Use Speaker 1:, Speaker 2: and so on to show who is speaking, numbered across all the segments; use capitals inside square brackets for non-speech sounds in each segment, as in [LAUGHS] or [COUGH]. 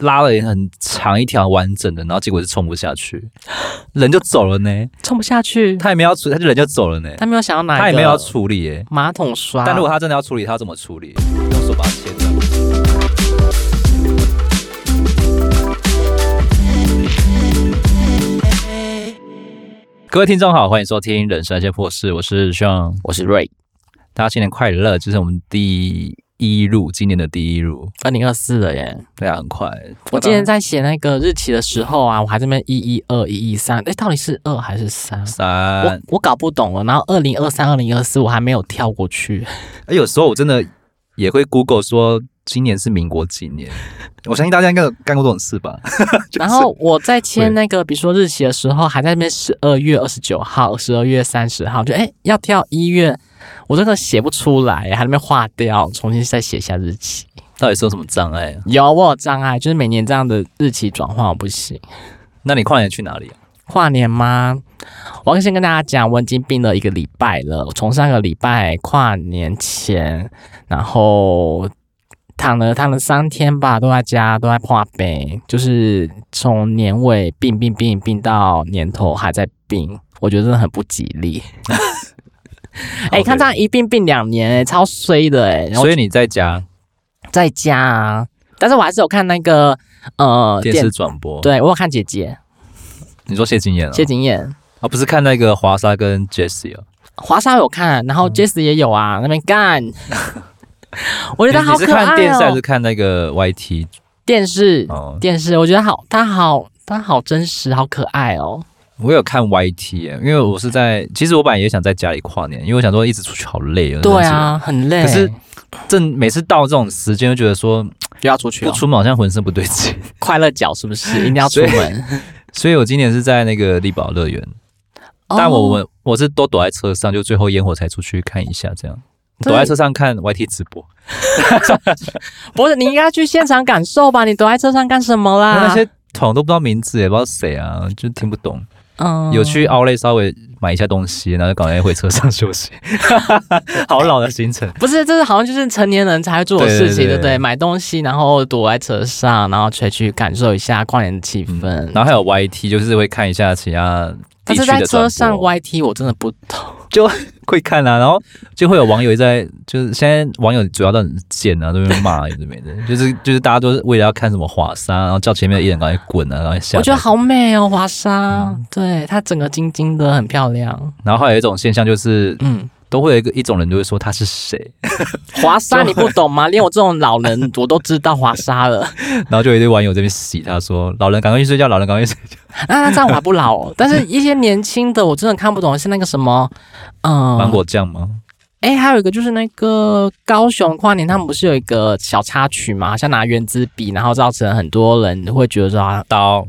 Speaker 1: 拉了很长一条完整的，然后结果是冲不下去，人就走了呢。
Speaker 2: 冲不下去，
Speaker 1: 他也没有要
Speaker 2: [LAUGHS]
Speaker 1: 处，他就人就走了呢。
Speaker 2: 他没有想要拿，
Speaker 1: 他也没有要处理耶、
Speaker 2: 马桶刷。
Speaker 1: 但如果他真的要处理，他要怎么处理？用手把它切断。各位听众好，欢迎收听《人生那些破事》，我是 Sean，
Speaker 2: 我是 Ray，
Speaker 1: 大家新年快乐！这是我们第一路，今年的第一路，
Speaker 2: 二零二四了耶。
Speaker 1: 对啊，很快。
Speaker 2: 我今天在写那个日期的时候啊，我还在那边一一二一一三，哎，到底是二还是三？
Speaker 1: 三
Speaker 2: 我我搞不懂了。然后二零二三、二零二四，我还没有跳
Speaker 1: [LAUGHS]
Speaker 2: 过去。
Speaker 1: 哎，有时候我真的也会 Google 说今年是民国几年，我相信大家应该有干过这种事吧？
Speaker 2: 然后我在签那个，比如说日期的时候，还在那边十二月二十九号、十二月三十号，就哎要跳一月，我这个写不出来，还在那边划掉，重新再写一下日期。
Speaker 1: [LAUGHS] 到底是有什么障碍、啊？
Speaker 2: 有我有障碍，就是每年这样的日期转换我不行。
Speaker 1: 那你跨年去哪里、啊？
Speaker 2: 跨年吗？我要先跟大家讲，我已经病了一个礼拜了。我从上个礼拜跨年前，然后躺了躺了三天吧，都在家都在破病，就是从年尾病病病病到年头还在病，我觉得真的很不吉
Speaker 1: [LAUGHS]
Speaker 2: 利。哎、
Speaker 1: OK
Speaker 2: 看这样一病病两年、哎，超衰的哎、然后
Speaker 1: 所以你在家
Speaker 2: 在家啊，但是我还是有看那个呃
Speaker 1: 电视，转播？，
Speaker 2: 对我有看姐姐
Speaker 1: 你说谢金燕啊？
Speaker 2: 谢景燕。
Speaker 1: 啊，不是看那个华莎跟 Jessie 啊？
Speaker 2: 华莎有看，然后
Speaker 1: 嗯
Speaker 2: Jess 也有啊，那边
Speaker 1: [LAUGHS]
Speaker 2: 干。我觉得
Speaker 1: 你
Speaker 2: 好
Speaker 1: 你
Speaker 2: 可
Speaker 1: 是
Speaker 2: 爱
Speaker 1: 看电视还
Speaker 2: 哦、
Speaker 1: 是看那个 YT？
Speaker 2: 电视，
Speaker 1: 哦，
Speaker 2: 电视，我觉得好，他好，他好真实，好可爱哦。
Speaker 1: 我有看 YT，耶、因为我是在，其实我本来也想在家里跨年，因为我想说一直出去好累哦。
Speaker 2: 对啊，很累，
Speaker 1: 可是正每次到这种时间，就觉得说
Speaker 2: 就要出去
Speaker 1: 不
Speaker 2: 哦。
Speaker 1: 出门好像浑身不对劲， [LAUGHS]
Speaker 2: 快乐脚是不是一定要出门？
Speaker 1: 所以我今年是在那个力宝乐园，但我
Speaker 2: 哦
Speaker 1: 我我是都躲在车上，就最后烟火才出去看一下，这样
Speaker 2: 真的
Speaker 1: 躲在车上看 YT 直播。
Speaker 2: 不是你应该去现场感受吧？你躲在车上干什么啦？
Speaker 1: 那些桶都不知道名字，也不知道谁啊，就听不懂。
Speaker 2: 嗯
Speaker 1: 有去奥莱稍微买一下东西，然后就赶快回车上休
Speaker 2: [LAUGHS]
Speaker 1: 息。好老的行程，
Speaker 2: 不是，这是好像就是成年人才会做的
Speaker 1: 对
Speaker 2: 事
Speaker 1: 对
Speaker 2: 情，对不对？
Speaker 1: 对
Speaker 2: 买东西，然后躲在车上，然后才去感受一下跨年的气氛。
Speaker 1: 然后还有 YT，就是会看一下其他地
Speaker 2: 但
Speaker 1: 区
Speaker 2: 哦
Speaker 1: 的
Speaker 2: 是在
Speaker 1: 转播
Speaker 2: 车上 YT 我真的不懂。
Speaker 1: 会看啊，然后就会有网友在，就是现在网友主要都很贱啊，都会骂有的没的，就是就是大家都是为了要看什么华沙，然后叫前面的艺人赶快滚啊，然后下来。
Speaker 2: 我觉得好美哦，华沙，对它整个晶晶的，很漂亮。
Speaker 1: 然后还有一种现象就是，
Speaker 2: 嗯，
Speaker 1: 都会有一个一种人就会说他是谁， [LAUGHS]
Speaker 2: 华沙你不懂 [LAUGHS] 吗？连我这种老人我都知道华沙了。
Speaker 1: 然后就有一堆网友这边洗他说老人赶快去睡觉，老人赶快去睡觉。
Speaker 2: 啊那那这样我还不老、哦，但是一些年轻的我真的看不懂，是那个什么，嗯、
Speaker 1: 芒果酱吗？
Speaker 2: 哎、还有一个就是那个高雄跨年，他们不是有一个小插曲嘛？好像拿原子笔，然后造成很多人会觉得说，好像
Speaker 1: 刀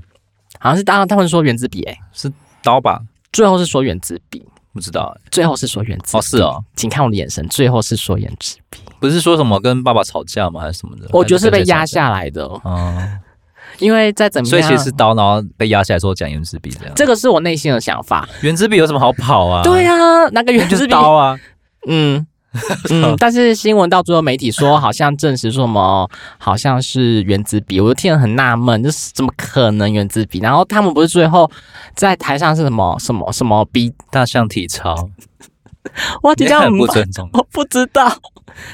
Speaker 2: 好像是当然他们说原子笔、哎，
Speaker 1: 刀吧，
Speaker 2: 最后是说原子笔，
Speaker 1: 不知道、欸、
Speaker 2: 最后是说原子笔。
Speaker 1: 哦是哦，
Speaker 2: 请看我的眼神，最后是说原子笔。
Speaker 1: 不是说什么跟爸爸吵架吗？还是什么的？
Speaker 2: 我觉得是被压
Speaker 1: 来。
Speaker 2: 下来的，
Speaker 1: 哦，
Speaker 2: 因为再怎么
Speaker 1: 所以
Speaker 2: 样，
Speaker 1: 其实是刀，然后被压下来之后讲原子笔这样。
Speaker 2: 这个是我内心的想法。
Speaker 1: 原子笔有什么好跑啊？
Speaker 2: 对啊，那个原
Speaker 1: 就
Speaker 2: 子
Speaker 1: 是
Speaker 2: 笔，
Speaker 1: 刀啊。 [LAUGHS]
Speaker 2: 嗯嗯，但是新闻到最后媒体说好像证实说什么，好像是原子笔，我就听了很纳闷，这是怎么可能原子笔？然后他们不是最后在台上是什么什么什么
Speaker 1: [LAUGHS]
Speaker 2: 笔？
Speaker 1: 大象体操，
Speaker 2: 我比
Speaker 1: 你
Speaker 2: 较
Speaker 1: 很不尊重。
Speaker 2: 我不知道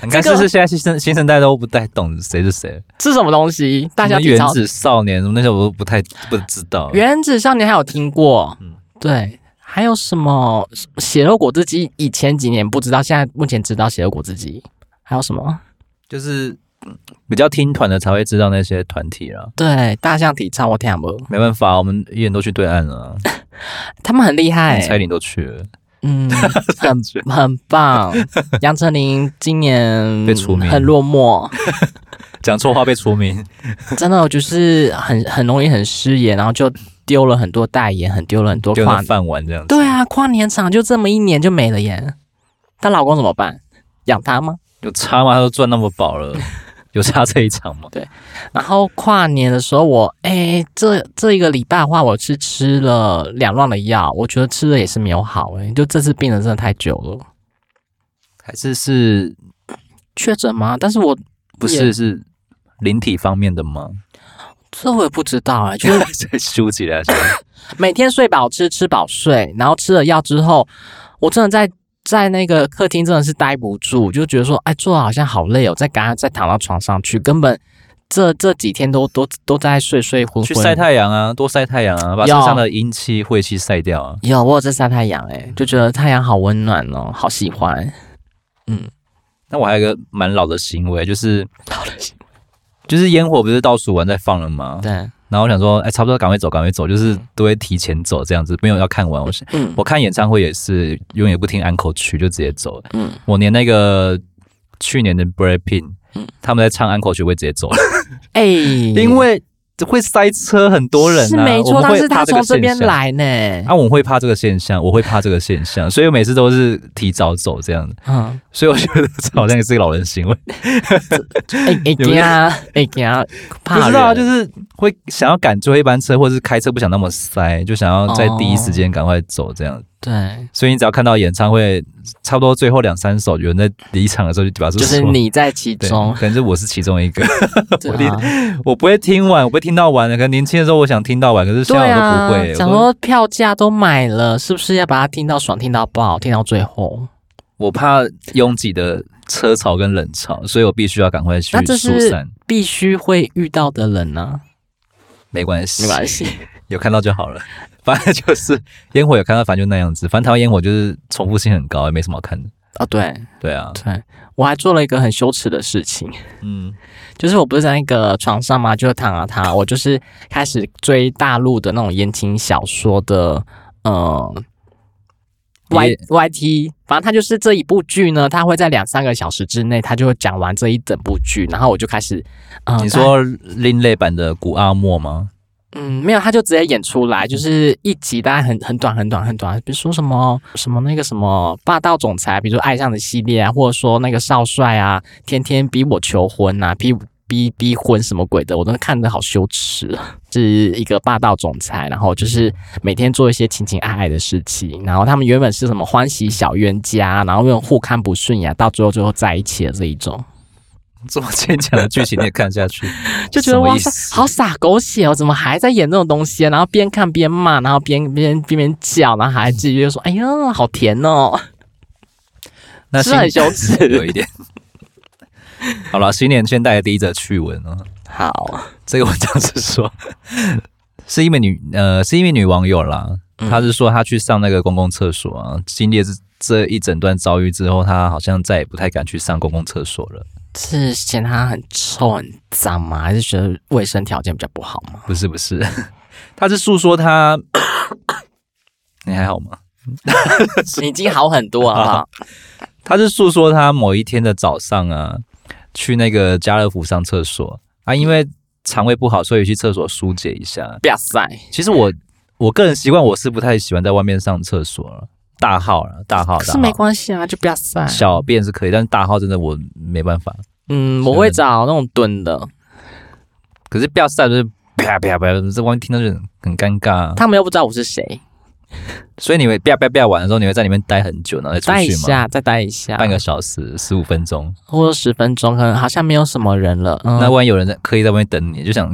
Speaker 1: 你看，
Speaker 2: 这
Speaker 1: 是
Speaker 2: 个
Speaker 1: 不是现在新生新生代都不太懂谁是谁？
Speaker 2: 是什么东西，大家
Speaker 1: 什么
Speaker 2: 体
Speaker 1: 原
Speaker 2: 操
Speaker 1: 子少年什么那些我都不太不知道。
Speaker 2: 原子少年还有听过，
Speaker 1: 嗯
Speaker 2: 对，还有什么血肉果汁机？以前几年不知道，现在目前知道血肉果汁机。还有什么？
Speaker 1: 就是嗯比较听团的才会知道那些团体啦。
Speaker 2: 对，大象体操我听不，
Speaker 1: 没办法，我们艺人都去对岸了啊，
Speaker 2: 他们很厉害、
Speaker 1: [LAUGHS] 蔡依林都去了， [LAUGHS]
Speaker 2: 嗯，很很棒。杨丞琳今年
Speaker 1: 被除名
Speaker 2: 很落寞，
Speaker 1: 讲错话被除名。
Speaker 2: 真的就是很很容易很失言，然后就丢了很多代言，很丢了很多
Speaker 1: 就
Speaker 2: 跨
Speaker 1: 那。饭碗这样子。
Speaker 2: 对，啊，跨年场就这么一年就没了耶。她老公怎么办？养她吗？
Speaker 1: 有差吗？他都赚那么饱
Speaker 2: [LAUGHS]
Speaker 1: 了，有差这一场吗？
Speaker 2: 然后跨年的时候我，哎，这这一个礼拜的话，我是吃了两乱的药，我觉得吃了也是没有好哎、就这次病了真的太久了，
Speaker 1: [LAUGHS] 还是是
Speaker 2: 确诊吗？但是我
Speaker 1: 不是是灵体方面的吗？
Speaker 2: 这我也不知道哎、就是
Speaker 1: [LAUGHS]
Speaker 2: [LAUGHS]
Speaker 1: 再梳起 [LAUGHS] 来，
Speaker 2: 每天睡饱吃，吃饱睡，然后吃了药之后，我真的在在那个客厅真的是待不住，就觉得说，哎，坐得好像好累哦，再赶快再躺到床上去，根本这这几天都都都在睡睡昏昏。
Speaker 1: 去晒太阳啊，多晒太阳啊，把身
Speaker 2: 要
Speaker 1: 上的阴气晦气晒掉啊。
Speaker 2: 有，我有在晒太阳，哎，就觉得太阳好温暖哦，好喜欢。
Speaker 1: 那我还有一个蛮老的行为，就是就是烟火不是倒数完再放了吗？
Speaker 2: 对，
Speaker 1: 然后我想说，哎，差不多赶快走，赶快走，就是都会提前走这样子，没有要看完。我是
Speaker 2: 嗯
Speaker 1: 我看演唱会也是永远不听安口曲，就直接走。
Speaker 2: 嗯
Speaker 1: 我连那个去年的 Brad p i n
Speaker 2: 嗯
Speaker 1: 他们在唱安口曲，我也直接走了，[LAUGHS]
Speaker 2: 哎，
Speaker 1: 因为会塞车，很多人、啊。
Speaker 2: 是没
Speaker 1: 我
Speaker 2: 错，
Speaker 1: 们
Speaker 2: 但
Speaker 1: 会
Speaker 2: 哎是
Speaker 1: 怕
Speaker 2: 他
Speaker 1: 这个
Speaker 2: 从这边
Speaker 1: 现象
Speaker 2: 来呢，
Speaker 1: 啊，我会怕这个现象，我会怕这个现象，所以我每次都是提早走这样子，
Speaker 2: 嗯，
Speaker 1: 所以我觉得这好像也是个老人行为，
Speaker 2: 哎
Speaker 1: 有
Speaker 2: 哎
Speaker 1: 没有
Speaker 2: 惊啊，哎惊啊，
Speaker 1: 不
Speaker 2: 怕
Speaker 1: 知道啊
Speaker 2: 人
Speaker 1: 就是会想要赶最后一班车，或是开车不想那么塞，就想要
Speaker 2: 哦
Speaker 1: 在第一时间赶快走这样。
Speaker 2: 对，
Speaker 1: 所以你只要看到演唱会差不多最后两三首有人在离场的时候，就表示
Speaker 2: 就是
Speaker 1: 说
Speaker 2: 你在其
Speaker 1: 对，
Speaker 2: 中，
Speaker 1: 可能是我是其中一个， [LAUGHS]
Speaker 2: 对
Speaker 1: 我理
Speaker 2: 啊
Speaker 1: 我不会听完，我不会听到完的。可能年轻的时候我想听到完，可是现
Speaker 2: 对
Speaker 1: 在
Speaker 2: 啊
Speaker 1: 我都不会。，
Speaker 2: 想
Speaker 1: 我
Speaker 2: 说票价都买了，是不是要把它听到爽、听到爆、听到最后？
Speaker 1: 我怕拥挤的车潮跟冷潮，所以我必须要赶快去
Speaker 2: 那这
Speaker 1: 疏
Speaker 2: 是
Speaker 1: 散。
Speaker 2: 必须会遇到的人啊呢、
Speaker 1: 没关系，
Speaker 2: 没关系，
Speaker 1: 有看到就好了。 [LAUGHS] 反正就是烟火有看到，反正就那样子。反正台湾烟火就是重复性很高，也没什么好看的。
Speaker 2: 哦，对
Speaker 1: 对啊，
Speaker 2: 对，我还做了一个很羞耻的事情， [LAUGHS]
Speaker 1: 嗯，
Speaker 2: 就是我不是在那个床上嘛，就躺啊躺啊，我就是开始追大陆的那种言情小说的，呃。Y
Speaker 1: 也
Speaker 2: Y T，反正它就是这一部剧呢，它会在两三个小时之内，它就会讲完这一整部剧，然后我就开始，呃，
Speaker 1: 你说另类版的古阿莫吗？
Speaker 2: 嗯，没有，他就直接演出来，就是一集大概很很短很短很短，比如说什么什么那个什么霸道总裁，比如说爱上的系列啊，或者说那个少帅啊，天天逼我求婚啊，逼逼逼婚什么鬼的，我都看得好羞耻。啊是一个霸道总裁，然后就是每天做一些情情爱爱的事情，然后他们原本是什么欢喜小冤家，然后又互看不顺眼，到最后最后在一起的这一种。，
Speaker 1: 这么牵强的剧情你也看下去
Speaker 2: [LAUGHS] 就觉
Speaker 1: 什
Speaker 2: 得
Speaker 1: 么
Speaker 2: 哇
Speaker 1: 意
Speaker 2: 塞，
Speaker 1: 思
Speaker 2: 好傻狗血哦，怎么还在演这种东西、啊？然后边看边骂，然后边边边边叫，然后还自己就说：“哎呀，好甜哦
Speaker 1: 那
Speaker 2: 是不是很
Speaker 1: 新
Speaker 2: 羞
Speaker 1: [LAUGHS]
Speaker 2: 耻
Speaker 1: 有一点。好了，新年先带来第一则趣闻啊。！”
Speaker 2: 好，
Speaker 1: 这个文章是说， [LAUGHS] 是一名女呃，是一名女网友啦，
Speaker 2: 嗯
Speaker 1: 她是说她去上那个公共厕所啊，经历了这这一整段遭遇之后，她好像再也不太敢去上公共厕所了。
Speaker 2: 是嫌它很臭很脏吗？还是觉得卫生条件比较不好吗？
Speaker 1: 不是不是， [COUGHS] 她是诉说她， [COUGHS] 你还好吗？
Speaker 2: [LAUGHS] 已经好很多了，好不好？
Speaker 1: 她是诉说她某一天的早上啊，去那个家乐福上厕所啊，因为肠胃不好，所以去厕所疏解一下。
Speaker 2: [LAUGHS] 不要塞，
Speaker 1: 其实我我个人习惯，我是不太喜欢在外面上厕所了。大号了，大号，
Speaker 2: 可
Speaker 1: 大
Speaker 2: 是
Speaker 1: 号。
Speaker 2: 没关系啊，就不要塞。
Speaker 1: 小便是可以，但是大号真的我没办法。
Speaker 2: 嗯，我会找那种蹲的，
Speaker 1: 可是不要晒就是啪啪啪，这外面听到就很很尴尬、啊。
Speaker 2: 他们又不知道我是谁，
Speaker 1: 所以你会啪啪啪完的时候，你会在里面待很久，然后
Speaker 2: 待
Speaker 1: 再
Speaker 2: 一
Speaker 1: 出去吗？
Speaker 2: 下，再待一下，
Speaker 1: 半个小时、十五分钟。
Speaker 2: 或者十分钟，可能好像没有什么人了。嗯
Speaker 1: 那万一有人在刻意在外面等你，就想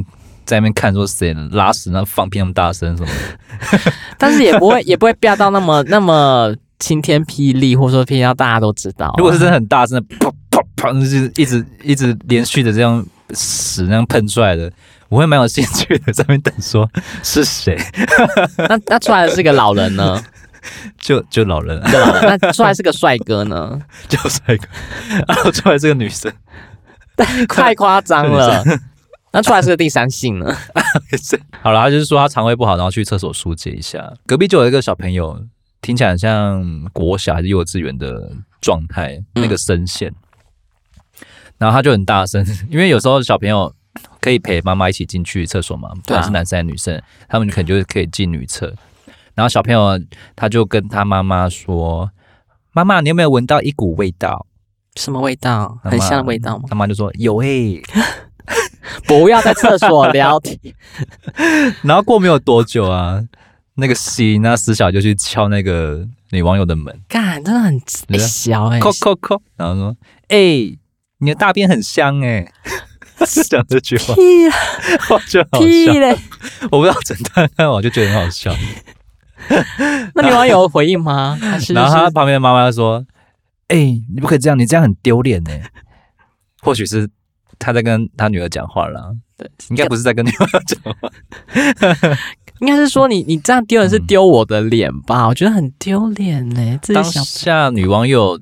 Speaker 1: 在那边看说谁拉屎，然后放屁那么大声什么的。
Speaker 2: [LAUGHS] 但是也不会也不会飙到那么那么晴天霹雳，或者说霹到大家都知道啊。
Speaker 1: 如果是真的很大声的，砰砰砰，就是一直一直连续的这样屎那样喷出来的，我会蛮有兴趣的，在那边等说是谁，
Speaker 2: 那那出来的是个老人呢，
Speaker 1: [LAUGHS] 就就老人、啊， [LAUGHS]
Speaker 2: 对吧？那出来是个帅哥呢，
Speaker 1: 就帅哥，然后出来这个女生。
Speaker 2: 太夸张
Speaker 1: [LAUGHS]
Speaker 2: 了。那出来是个第三性呢？ [LAUGHS]
Speaker 1: 好了，他就是说他肠胃不好，然后去厕所疏解一下。隔壁就有一个小朋友，听起来很像国小还是幼稚园的状态，
Speaker 2: 嗯
Speaker 1: 那个声线。然后他就很大声，因为有时候小朋友可以陪妈妈一起进去厕所嘛，
Speaker 2: 啊
Speaker 1: 不管是男生还是女生，他们可能就可以进女厕。然后小朋友他就跟他妈妈说：“妈妈，你有没有闻到一股味道
Speaker 2: 什么味道？？”很香的味道吗？
Speaker 1: 他妈就说：“有欸诶、
Speaker 2: 不要在厕所聊
Speaker 1: [LAUGHS]
Speaker 2: 天。
Speaker 1: 然后过没有多久啊，那个西那死小就去敲那个女网友的门，
Speaker 2: 干，真的很
Speaker 1: 你呢
Speaker 2: 很小哎、
Speaker 1: 扣扣扣，然后说：“哎、你的大便很香哎、 [LAUGHS] 讲这句话，
Speaker 2: 屁啊
Speaker 1: 我觉得好
Speaker 2: 屁
Speaker 1: 笑。
Speaker 2: 嘞！
Speaker 1: 我不知道整段看完我就觉得很好
Speaker 2: [LAUGHS]
Speaker 1: 笑。
Speaker 2: 那女网友回应吗？还是
Speaker 1: 然后他
Speaker 2: 是
Speaker 1: 旁边的妈妈说：“哎、你不可以这样，你这样很丢脸呢。”或许是他在跟他女儿讲话啦，
Speaker 2: 对
Speaker 1: 应该不是在跟女儿讲话。
Speaker 2: 应该是说你你这样丢
Speaker 1: 嗯
Speaker 2: 人是丢我的脸吧？我觉得很丢脸呢，自
Speaker 1: 当
Speaker 2: 己想
Speaker 1: 下女网友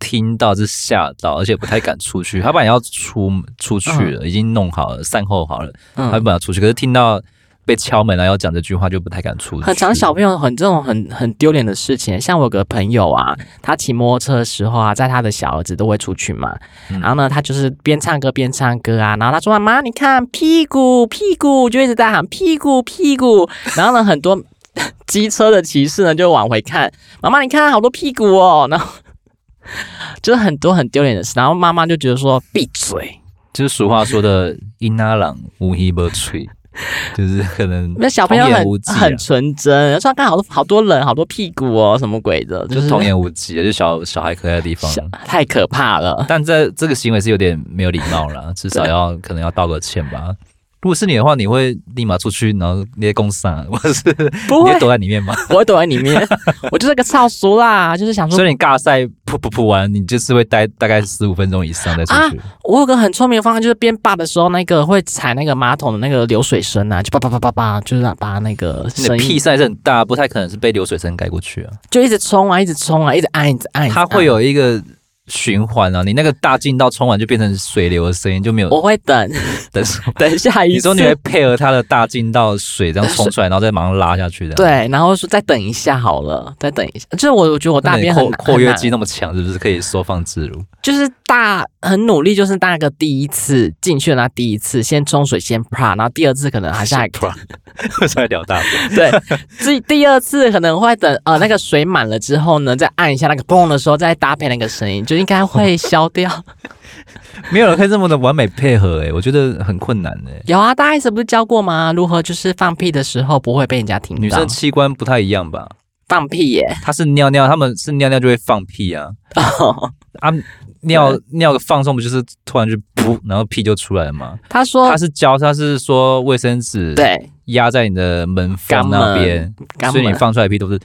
Speaker 1: 听到是吓到，而且不太敢出
Speaker 2: [LAUGHS]
Speaker 1: 去。她本来要出出去了，已经弄好了，善后好了，她
Speaker 2: 嗯
Speaker 1: 本。来要出去，可是听到被敲门了要讲这句话，就不太敢出去。
Speaker 2: 很常小朋友很这种很很丢脸的事情，像我有个朋友啊，他骑摩托车的时候啊，在他的小儿子都会出去嘛，
Speaker 1: 嗯
Speaker 2: 然后呢，他就是边唱歌边唱歌啊，然后他说：“妈妈，你看屁股屁股”，就一直在喊屁股屁股。然后呢，很多 [LAUGHS] 机车的骑士呢就往回看，妈妈你看好多屁股哦，然后就是很多很丢脸的事，然后妈妈就觉得说闭嘴。
Speaker 1: 就是俗话说的“因阿郎无一不吹”，
Speaker 2: [LAUGHS]
Speaker 1: 就是可能
Speaker 2: 那小朋友
Speaker 1: 童言
Speaker 2: 很
Speaker 1: 无忌啊
Speaker 2: 很纯真，说看好多好多人，好多屁股哦，什么鬼的，
Speaker 1: 就
Speaker 2: 就是
Speaker 1: 是童言无忌，啊就是小小孩可爱的地方。
Speaker 2: 小太可怕了。
Speaker 1: 但这这个行为是有点没有礼貌
Speaker 2: [LAUGHS]
Speaker 1: 啦，至少要可能要道个歉吧。如果是你的话，你会立马出去，然后捏公伞，或者是你
Speaker 2: 不会
Speaker 1: 会，躲在里面吗？
Speaker 2: 我会躲在里
Speaker 1: [LAUGHS]
Speaker 2: 面，我就是个少俗啦，就是想说
Speaker 1: 所以你尬赛噗噗噗完，你就是会待大概十五分钟以上再出
Speaker 2: 啊
Speaker 1: 去。
Speaker 2: 我有个很聪明的方法，就是边霸的时候，那个会踩那个马桶的那个流水声啊，就叭叭叭叭叭，就是让把那个
Speaker 1: 你的
Speaker 2: 声
Speaker 1: 屁
Speaker 2: 音
Speaker 1: 塞是很大，不太可能是被流水声盖过去啊。
Speaker 2: 就一直冲啊，一直冲啊，一直按，一直按。一直
Speaker 1: 它
Speaker 2: 按
Speaker 1: 会，有一个循环啊，你那个大劲道冲完就变成水流的声音，就没有
Speaker 2: 我会
Speaker 1: [LAUGHS]
Speaker 2: 等
Speaker 1: 等什么。
Speaker 2: 等下一次。
Speaker 1: 你说你会配合它的大劲道水这样冲出来，然后再马上拉下去的。，
Speaker 2: 对，然后说再等一下好了，再等一下。就是我我觉得我
Speaker 1: 那
Speaker 2: 大
Speaker 1: 你
Speaker 2: 便很
Speaker 1: 括
Speaker 2: 难
Speaker 1: 括约肌
Speaker 2: 很难
Speaker 1: 那么强，是不是可以收放自如？ [LAUGHS]
Speaker 2: 就是大很努力，就是大个第一次进去的那第一次，先冲水先啪，然后第二次可能还是还
Speaker 1: 突然为什么要聊大便？
Speaker 2: [LAUGHS] 对，第第二次可能会等呃那个水满了之后呢，再按一下那个砰的时候，再搭配那个声音，就应该会消掉。
Speaker 1: 没有人可以这么的完美配合哎、我觉得很困难哎、
Speaker 2: 有啊，大 S 不是教过吗？如何就是放屁的时候不会被人家听到？
Speaker 1: 女生器官不太一样吧？
Speaker 2: 放屁
Speaker 1: [LAUGHS]
Speaker 2: 耶！
Speaker 1: 她是尿尿，她们是尿尿就会放屁啊啊！尿尿个放松不就是突然就噗，然后屁就出来了吗？
Speaker 2: 他说
Speaker 1: 她是教，她是说卫生纸
Speaker 2: 哦对，
Speaker 1: 压在你的门
Speaker 2: 肛
Speaker 1: 缝
Speaker 2: 门
Speaker 1: 那边，
Speaker 2: 肛
Speaker 1: 所以你
Speaker 2: 门
Speaker 1: 放出来的屁都是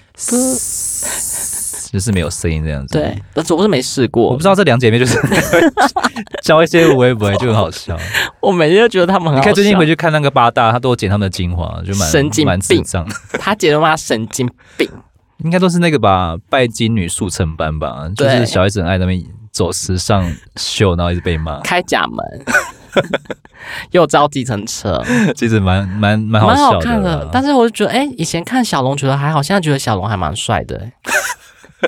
Speaker 1: 嘶，就是没有声音这样子。
Speaker 2: [LAUGHS] 对，但是我是没试过，
Speaker 1: 我不知道这两姐妹就是
Speaker 2: [LAUGHS]
Speaker 1: 教一些微博就很好笑。
Speaker 2: 我每天都觉得他们很
Speaker 1: 你
Speaker 2: 好
Speaker 1: 看最近
Speaker 2: 笑
Speaker 1: 回去看那个八大，他都有剪他们的精华，就蛮
Speaker 2: 神经病
Speaker 1: 蛮智障。
Speaker 2: 他姐都骂神经病，
Speaker 1: 应该都是那个吧，拜金女速成班吧，就
Speaker 2: 对
Speaker 1: 是小孩子很爱在那边走时尚秀，然后一直被骂，
Speaker 2: 开假
Speaker 1: [LAUGHS]
Speaker 2: 门， [LAUGHS] 又招计程车，
Speaker 1: 其实蛮蛮蛮好
Speaker 2: 蛮好
Speaker 1: 笑
Speaker 2: 看
Speaker 1: 的啦。
Speaker 2: 但是我就觉得，哎、以前看小龙觉得还好，现在觉得小龙还蛮帅的、哎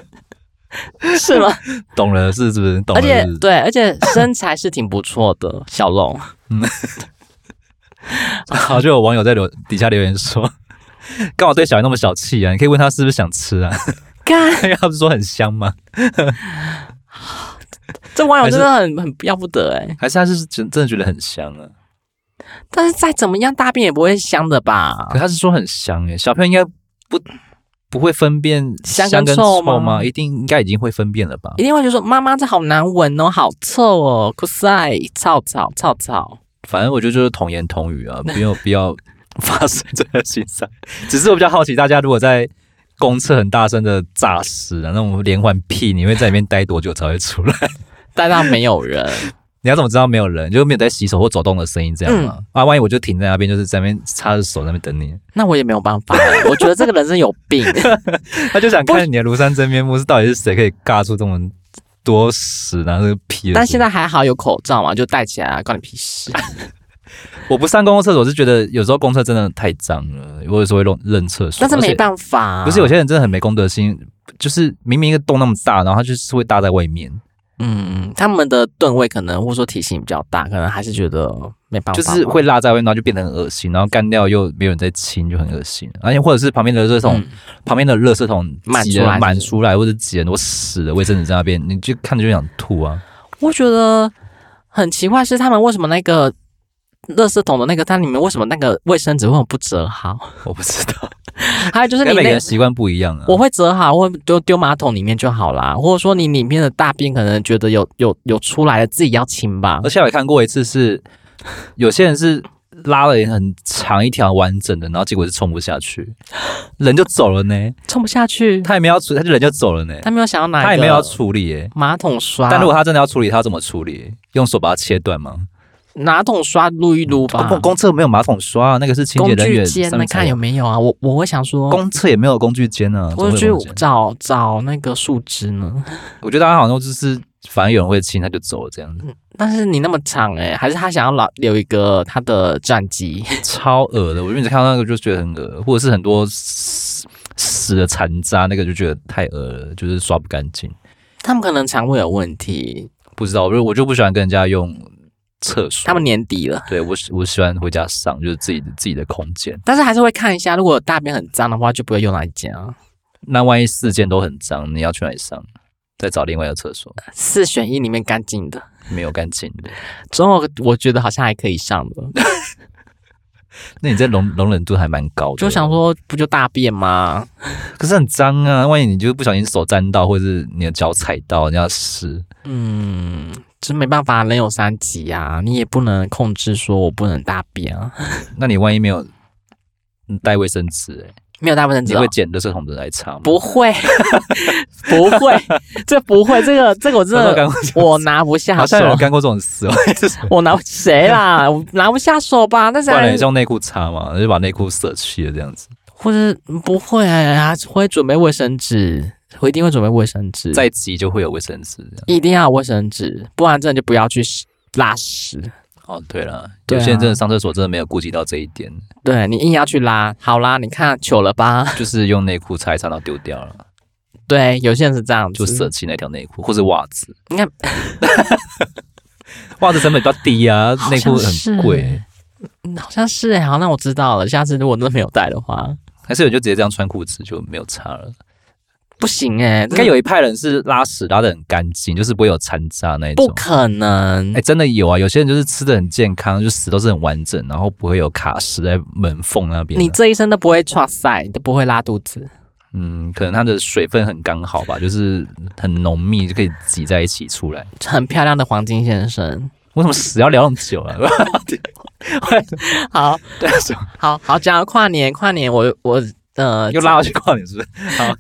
Speaker 2: [LAUGHS] 是吗？
Speaker 1: 懂了是是不是？懂
Speaker 2: 而
Speaker 1: 了
Speaker 2: 且
Speaker 1: 哦是不是
Speaker 2: 对，而且身材是挺不错的， [LAUGHS] 小龙。
Speaker 1: 然后就有网友在留底下留言说。 [LAUGHS] 干嘛对小孩那么小气啊？你可以问他是不是想吃啊？
Speaker 2: 干，
Speaker 1: 因为他不是说很香吗？
Speaker 2: 这网友真的很很要不得哎、
Speaker 1: 还是他是真真的觉得很香啊？
Speaker 2: 但是再怎么样，大便也不会香的吧？
Speaker 1: 啊可他是说很香诶、小朋友应该不不会分辨
Speaker 2: 香
Speaker 1: 跟
Speaker 2: 跟
Speaker 1: 臭
Speaker 2: 臭吗
Speaker 1: 吗？一定应该已经会分辨了吧？
Speaker 2: 一定会就说妈妈这好难闻哦，好臭哦，酷塞，臭臭臭臭。
Speaker 1: 反正我觉得就是童言童语啊，没有必要发生这个心上。 [LAUGHS] 只是我比较好奇，大家如果在公厕很大声的炸屎啊，那种连环屁，你会在里面待多久才会出来？
Speaker 2: 待到没有 [LAUGHS] 人，
Speaker 1: 你要怎么知道没有人？就没有在洗手或走动的声音这样吗？
Speaker 2: 嗯
Speaker 1: 啊，万一我就停在那边，就是在那边插着手在那边等你，
Speaker 2: 那我也没有办法了。我觉得这个人真有
Speaker 1: [LAUGHS]
Speaker 2: 病。
Speaker 1: 他就想看你的庐山真面目是到底是谁可以尬出这么多屎然后这个屁的声音。
Speaker 2: 但现在还好有口罩嘛，就戴起来啊，关你屁
Speaker 1: [LAUGHS]
Speaker 2: 事。
Speaker 1: 我不上公共厕所，是觉得有时候公厕真的太脏了，我有时候会认认厕所，
Speaker 2: 但是
Speaker 1: 而且
Speaker 2: 没办法啊、
Speaker 1: 不是有些人真的很没公德心，就是明明一个洞那么大，然后他就是会搭在外面，
Speaker 2: 嗯，他们的吨位可能或者说体型比较大，可能还是觉得没办法
Speaker 1: 就
Speaker 2: 吧，
Speaker 1: 是会落在外面，然后就变得很恶心，然后干掉又没有人在清，就很恶心。而且或者是旁边的垃圾桶，
Speaker 2: 嗯
Speaker 1: 旁边的垃圾桶
Speaker 2: 满
Speaker 1: 挤
Speaker 2: 出
Speaker 1: 得
Speaker 2: 来
Speaker 1: 满
Speaker 2: 是不是
Speaker 1: 出来，或者挤很多屎的卫生纸在那边，你就看着就想吐
Speaker 2: [LAUGHS]
Speaker 1: 啊。
Speaker 2: 我觉得很奇怪，是他们为什么那个垃圾桶的那个，它里面为什么那个卫生纸为什么不折好？ [LAUGHS]
Speaker 1: 我不知道，
Speaker 2: 还有就是你
Speaker 1: [LAUGHS] 跟每个
Speaker 2: 那
Speaker 1: 人。习惯不一样啊。
Speaker 2: 我会折好，或丢丢马桶里面就好啦。或者说你里面的大便可能觉得有有有出来了，自己要清吧
Speaker 1: 而。且我也看过一次是，有些人是拉了很长一条完整的，然后结果是冲不下去，人就走了呢。
Speaker 2: 冲不下去，
Speaker 1: 他也没有要处，他就人就走了呢。
Speaker 2: 他没有想要拿一个
Speaker 1: 他也没有要处理耶、
Speaker 2: 马桶刷，
Speaker 1: 但如果他真的要处理，他要怎么处理？用手把它切断吗？
Speaker 2: 马桶刷撸一撸吧，
Speaker 1: 公公厕没有马桶刷、啊，那个是清洁
Speaker 2: 啊工
Speaker 1: 人
Speaker 2: 具
Speaker 1: 员
Speaker 2: 间
Speaker 1: 上
Speaker 2: 呢
Speaker 1: 面，才
Speaker 2: 看有没有啊？我我会想说，
Speaker 1: 公厕也没有工具间呢、啊。
Speaker 2: 我
Speaker 1: 怎么会有
Speaker 2: 就
Speaker 1: 工具
Speaker 2: 去
Speaker 1: 间
Speaker 2: 找找那个树枝呢，
Speaker 1: 我觉得他好像就是，反正有人会亲，他就走了这样子，
Speaker 2: 但是你那么长哎、还是他想要老留一个他的战绩， [LAUGHS]
Speaker 1: 超恶的。我一直看到那个就觉得很恶，或者是很多死死的残渣，那个就觉得太恶了，就是刷不干净。
Speaker 2: 他们可能肠胃有问题，
Speaker 1: 不知道，我就我就不喜欢跟人家用厕所。
Speaker 2: 他们年底了。
Speaker 1: 对我喜我喜欢回家上，就是自己的自己的空间。
Speaker 2: 但是还是会看一下，如果大便很脏的话，就不会用来间啊。
Speaker 1: 那万一四间都很脏，你要去哪里上？再找另外一个厕所，
Speaker 2: 四选一里面干净的，
Speaker 1: 没有干净的。
Speaker 2: 之后我觉得好像还可以上的，
Speaker 1: 那你这容容忍度还蛮高的。
Speaker 2: 就想，说不就大便吗？
Speaker 1: 可是很脏啊，万一你就不小心手沾到，或者是你的脚踩到，你要湿。
Speaker 2: 嗯，这没办法，人有三急啊，你也不能控制说我不能大便啊，
Speaker 1: 那你万一没有带卫生纸、欸，
Speaker 2: 没有大便
Speaker 1: 你
Speaker 2: 知道
Speaker 1: 会。捡垃圾桶的来擦吗？
Speaker 2: 不会， [LAUGHS] 不会，这不会，这个这个我真
Speaker 1: 我都干
Speaker 2: 的
Speaker 1: 过这种
Speaker 2: 我拿不下
Speaker 1: 好像有
Speaker 2: 手
Speaker 1: 人，干过这种事哦，就是
Speaker 2: 我拿不谁啦，我拿不下手吧？但是
Speaker 1: 不然
Speaker 2: 还
Speaker 1: 你是用内裤擦嘛，就把内裤舍弃了这样
Speaker 2: [LAUGHS]
Speaker 1: 子。
Speaker 2: 或者不会、啊，会准备卫生纸，我一定会准备卫生纸，
Speaker 1: 再急就会有卫生纸这样。
Speaker 2: 一定要有卫生纸，不然真的就不要去屎拉屎。
Speaker 1: 哦，对了，
Speaker 2: 对
Speaker 1: 有
Speaker 2: 啊
Speaker 1: 些人真的上厕所真的没有顾及到这一点，
Speaker 2: 对你硬要去拉，好啦，你看糗了吧？
Speaker 1: 就是用内裤擦一擦，然后丢掉了，
Speaker 2: 对，有些人是这样子，
Speaker 1: 就舍弃那条内裤或者袜子。
Speaker 2: 你看
Speaker 1: 袜子成本比较低啊，
Speaker 2: 好
Speaker 1: 内
Speaker 2: 像
Speaker 1: 裤
Speaker 2: 是
Speaker 1: 很贵，
Speaker 2: 嗯好像是哎、好，那我知道了，下次如果真的没有带的话，
Speaker 1: 还是有人就直接这样穿裤子就没有擦了。
Speaker 2: 不行哎、
Speaker 1: 应该有一派人是拉屎拉的很干净，就是不会有残渣那一种
Speaker 2: 不。可能
Speaker 1: 哎、，真的有啊！有些人就是吃的很健康，就屎都是很完整，然后不会有卡屎在门缝那边的。啊
Speaker 2: 你这一生都不会抓塞，都不会拉肚子。
Speaker 1: 嗯，可能它的水分很刚好吧，就是很浓密，就可以挤在一起出来。
Speaker 2: 很漂亮的黄金先生，
Speaker 1: 为什么屎要聊那么久啊？ [LAUGHS]
Speaker 2: 好
Speaker 1: 对，啊
Speaker 2: 好好讲到跨年，跨年我我呃
Speaker 1: 又拉我去跨年是不是？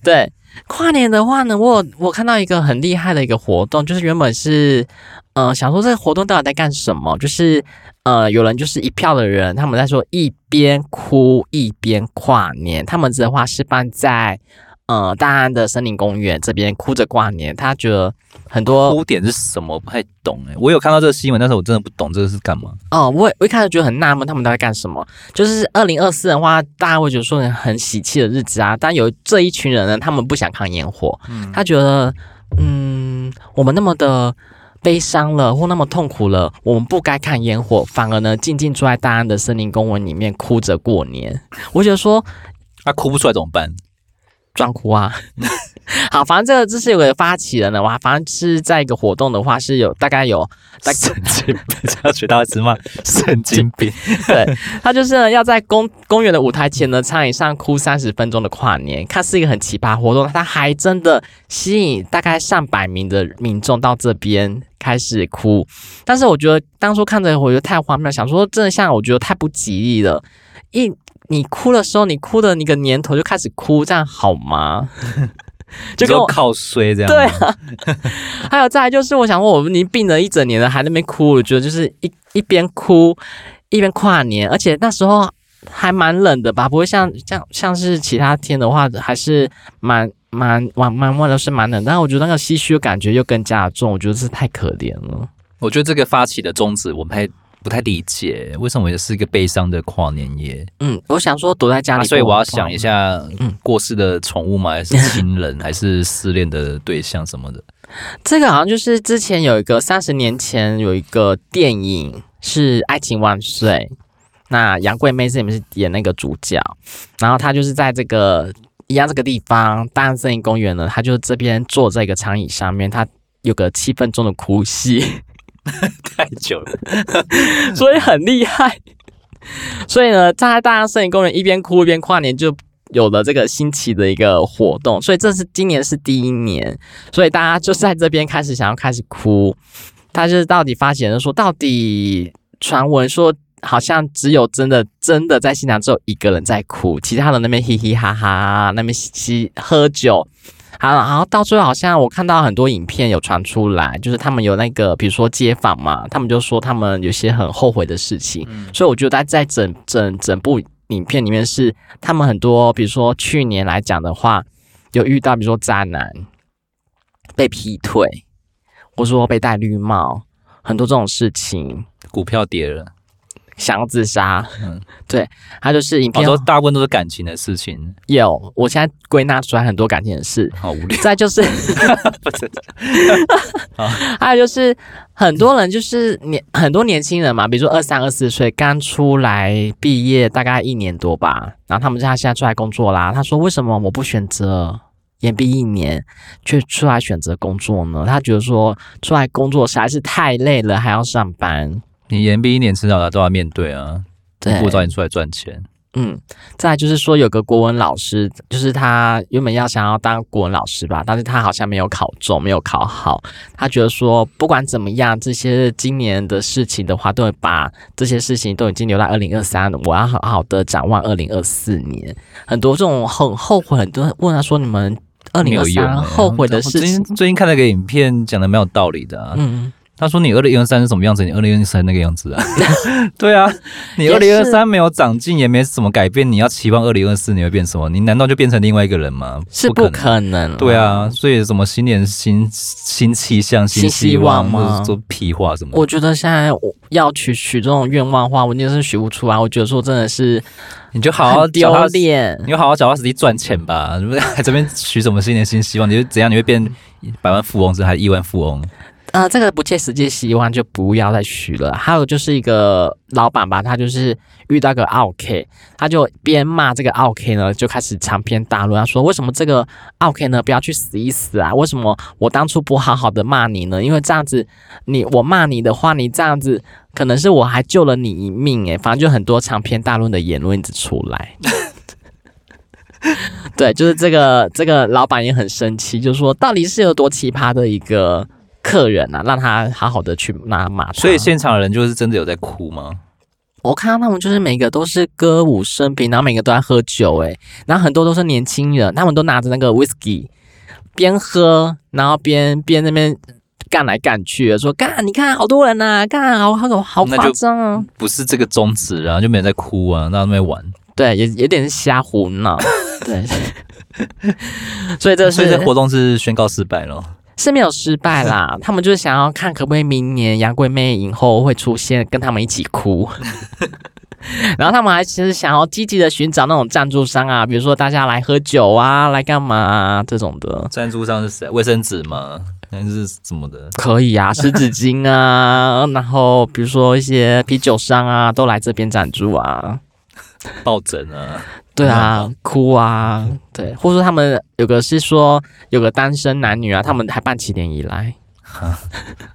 Speaker 2: 对，跨年的话呢，我有我看到一个很厉害的一个活动，就是原本是，呃，想说这个活动到底在干什么？就是，呃，有人就是一票的人，他们在说一边哭一边跨年，他们的话是办在。呃，大安的森林公园这边哭着跨年，他觉得很多
Speaker 1: 污点是什么？不太懂哎、我有看到这个新闻，但是我真的不懂这个是干嘛。
Speaker 2: 哦，我也我一开始觉得很纳闷，他们到底干什么？就是二零二四的话，大家会觉得说很喜气的日子啊，但有这一群人呢，他们不想看烟火，他觉得，嗯，我们那么的悲伤了，或那么痛苦了，我们不该看烟火，反而呢，静静坐在大安的森林公园里面哭着过年。我觉得说，
Speaker 1: 他、啊哭不出来怎么
Speaker 2: [LAUGHS]
Speaker 1: 办？
Speaker 2: 装哭啊。 [LAUGHS] 好，反正这个这是有个发起人的哇，反正是在一个活动的话是有大概有大概
Speaker 1: 神经病，他学大直骂神经病。
Speaker 2: 他就是呢要在公公园的舞台前呢唱一唱哭三十分钟的跨年，看似一个很奇葩活动，他还真的吸引大概上百名的民众到这边开始哭。但是我觉得当初看着我觉得太荒谬，想说真的像我觉得太不吉利了，一你哭的时候，你哭的你个年头就开始哭，这样好吗？就
Speaker 1: 就
Speaker 2: 跟我
Speaker 1: 靠衰这样。
Speaker 2: 对，啊， [LAUGHS] 还有再来就是，我想问，我们已经病了一整年了，还在那边哭，我觉得就是一一边哭一边跨年，而且那时候还蛮冷的吧，不会像像像是其他天的话，还是蛮蛮蛮蛮晚的是蛮冷，但是我觉得那个唏嘘的感觉又更加重，我觉得是太可怜了。
Speaker 1: 我觉得这个发起的宗旨我不太不太理解，为什么也是一个悲伤的跨年夜？
Speaker 2: 嗯，我想说躲在家里、
Speaker 1: 啊、所以我要想一，下，
Speaker 2: 嗯
Speaker 1: 过世的宠物吗？还是亲人？还是失恋的对象什么的？
Speaker 2: 这个好像就是之前有一个三十年前有一个电影是《爱情万岁》，那杨贵妹这里面是演那个主角，然后她就是在这个一样这个地方大安森林公园呢，她就这边坐在一个长椅上面，她有个七分钟的哭戏，
Speaker 1: [LAUGHS] 太久了，
Speaker 2: 所以很厉害。 [LAUGHS] 所以呢，在大安森林公园一边哭一边跨年，就有了这个新奇的一个活动。所以这是今年是第一年，所以大家就在这边开始想要开始哭。他就是到底发起人就说，到底传闻说，好像只有真的真的在新娘只有一个人在哭，其他的那边嘻嘻哈哈，那边嘻嘻喝酒。好，然后到最后好像我看到很多影片有传出来，就是他们有那个，比如说街访嘛，他们就说他们有些很后悔的事情，
Speaker 1: 嗯
Speaker 2: 所以我觉得在整整整部影片里面是他们很多，比如说去年来讲的话，有遇到比如说渣男被劈腿，或者说被戴绿帽，很多这种事情，
Speaker 1: 股票跌了，
Speaker 2: 想要自杀，
Speaker 1: 嗯
Speaker 2: 对，他就是影
Speaker 1: 好
Speaker 2: 片
Speaker 1: 多大部分都是感情的事情，
Speaker 2: 有，我现在归纳出来很多感情的事，
Speaker 1: 好无
Speaker 2: [LAUGHS]
Speaker 1: 聊。
Speaker 2: 再就是 [LAUGHS] 还有就是很多人就是年很多年轻人嘛，比如说二三二四岁刚出来毕业大概一年多吧，然后他们家现在出来工作啦，他说为什么我不选择？延毕一年，却出来选择工作呢？他觉得说出来工作实在是太累了，还要上班。
Speaker 1: 你延毕一年，迟早他都要面对啊，
Speaker 2: 对，
Speaker 1: 不如早点出来赚钱。
Speaker 2: 嗯，再来就是说有个国文老师，就是他原本要想要当国文老师吧，但是他好像没有考中，没有考好。他觉得说不管怎么样，这些今年的事情的话，都会把这些事情都已经留在二零二三，我要好好的展望二零二四年。很多这种很后悔，很多人问他说你们二
Speaker 1: 没
Speaker 2: 零二
Speaker 1: 有用
Speaker 2: 三
Speaker 1: 啊
Speaker 2: 后悔的事
Speaker 1: 我最
Speaker 2: 情
Speaker 1: 近，最近看了个影片，讲的蛮有道理的啊。
Speaker 2: 嗯，
Speaker 1: 他说：“你二零二三是什么样子？你二零二三那个样子啊？ [LAUGHS] 对啊，你
Speaker 2: 也
Speaker 1: 二
Speaker 2: 是
Speaker 1: 零二三没有长进，也没什么改变。你要期望二零二四你会变什么？你难道就变成另外一个人吗？
Speaker 2: 是
Speaker 1: 不
Speaker 2: 不
Speaker 1: 可能。
Speaker 2: 可能。
Speaker 1: 对，啊，所以什么新年新新气象、
Speaker 2: 新
Speaker 1: 新
Speaker 2: 希
Speaker 1: 希望，
Speaker 2: 望吗
Speaker 1: 或者说屁话什么
Speaker 2: 我觉得现在我要去许这种愿望的话，我真的是许不出来。我觉得说真的是
Speaker 1: 的，你就好好
Speaker 2: 很丢
Speaker 1: 脚踏，
Speaker 2: 脸。
Speaker 1: 你就好好脚踏实地赚钱吧。 [LAUGHS] 你不是还这边许什么新年新希望？你就怎样？你会变百万富翁，是还是亿万富翁？
Speaker 2: 呃，这个不切实际希望就不要再许了。还有就是一个老板吧，他就是遇到个奥 K，他就边骂这个奥 K 呢，就开始长篇大论，他说为什么这个奥 K 呢不要去死一死啊？为什么我当初不好好的骂你呢？因为这样子你我骂你的话，你这样子可能是我还救了你一命诶、反正就很多长篇大论的言论一直出来。 [LAUGHS] 对，就是这个这个老板也很生气，就说到底是有多奇葩的一个客人啊，让他好好的去骂骂他。
Speaker 1: 所以现场的人就是真的有在哭吗？
Speaker 2: 我看到他们就是每个都是歌舞升平，然后每个都在喝酒、欸，诶，然后很多都是年轻人，他们都拿着那个 whisky，边喝然后边边那边干来干去的，说干你看好多人呐、干好好好
Speaker 1: 那就嗯
Speaker 2: 夸张啊，
Speaker 1: 不是这个宗旨啊，就没有在哭啊，那在那边玩。
Speaker 2: 对，也有点是瞎胡
Speaker 1: [LAUGHS]
Speaker 2: 闹，对， [LAUGHS] 所以这
Speaker 1: 所以这
Speaker 2: 是
Speaker 1: 活动是宣告失败了。”
Speaker 2: 是没有失败
Speaker 1: [LAUGHS]
Speaker 2: 啦，他们就是想要看可不可以明年杨贵妹影后会出现，跟他们一起
Speaker 1: [LAUGHS]
Speaker 2: 哭。然后他们还其实想要积极的寻找那种赞助商啊，比如说大家来喝酒啊，来干嘛、啊、这种的，
Speaker 1: 赞助商是谁？卫生纸吗？还是什么的？
Speaker 2: 可以啊，湿纸
Speaker 1: [LAUGHS]
Speaker 2: 巾啊，然后比如说一些啤酒商啊，都来这边赞助啊，
Speaker 1: 抱枕啊？[LAUGHS]
Speaker 2: 对啊，哭啊，对，或者说他们有个是说有个单身男女啊，他们还办起点以来，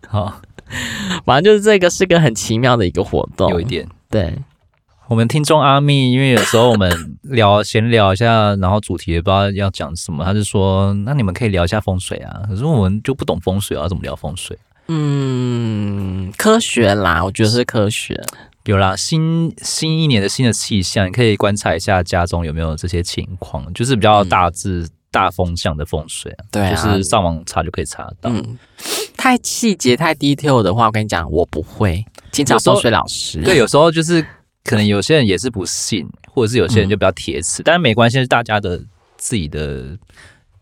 Speaker 1: 好，
Speaker 2: 反正就是这个是个很奇妙的一个活动，
Speaker 1: 有一点。
Speaker 2: 对。
Speaker 1: 我们听众阿密，因为有时候我们聊闲聊一下，然后主题也不知道要讲什么，他就说：“那你们可以聊一下风水啊。”可是我们就不懂风水啊，怎么聊风水？
Speaker 2: 嗯，科学啦，我觉得是科学。
Speaker 1: 有啦，新新一年的新的气象，你可以观察一下家中有没有这些情况，就是比较大致、大风向的风水啊，
Speaker 2: 嗯对
Speaker 1: 就是上网查就可以查得到。
Speaker 2: 嗯，太细节、太 detail 的话，我跟你讲，我不会。经常
Speaker 1: 有时候
Speaker 2: 风水老师，
Speaker 1: 对，有时候就是可能有些人也是不信，或者是有些人
Speaker 2: 嗯
Speaker 1: 就比较铁齿，但是没关系，是大家的自己的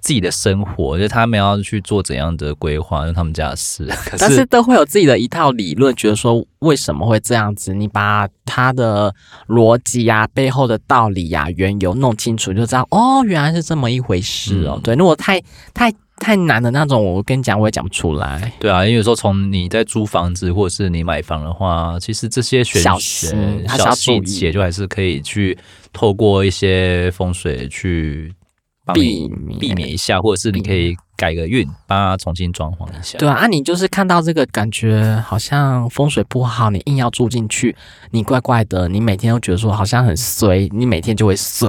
Speaker 1: 自己的生活，就是他们要去做怎样的规划，是他们家的事。可
Speaker 2: [LAUGHS] 但
Speaker 1: 是
Speaker 2: 是都会有自己的一套理论，觉得说为什么会这样子，你把它的逻辑呀、背后的道理呀、缘由弄清楚，就知道哦，原来是这么一回事哦。
Speaker 1: 嗯
Speaker 2: 对，如果太太太难的那种，我跟你讲，我也讲不出来。
Speaker 1: 对啊，因为有时候从你在租房子或者是你买房的话，其实这些玄
Speaker 2: 小
Speaker 1: 学
Speaker 2: 心、还是
Speaker 1: 小
Speaker 2: 要
Speaker 1: 细
Speaker 2: 注意
Speaker 1: 节，就还是可以去透过一些风水去帮
Speaker 2: 避
Speaker 1: 你
Speaker 2: 免
Speaker 1: 避免一下，或者是你可以改个运，帮它重新装潢一下。
Speaker 2: 对啊，啊，你就是看到这个感觉好像风水不好，你硬要住进去，你怪怪的，你每天都觉得说好像很衰，你每天就会衰。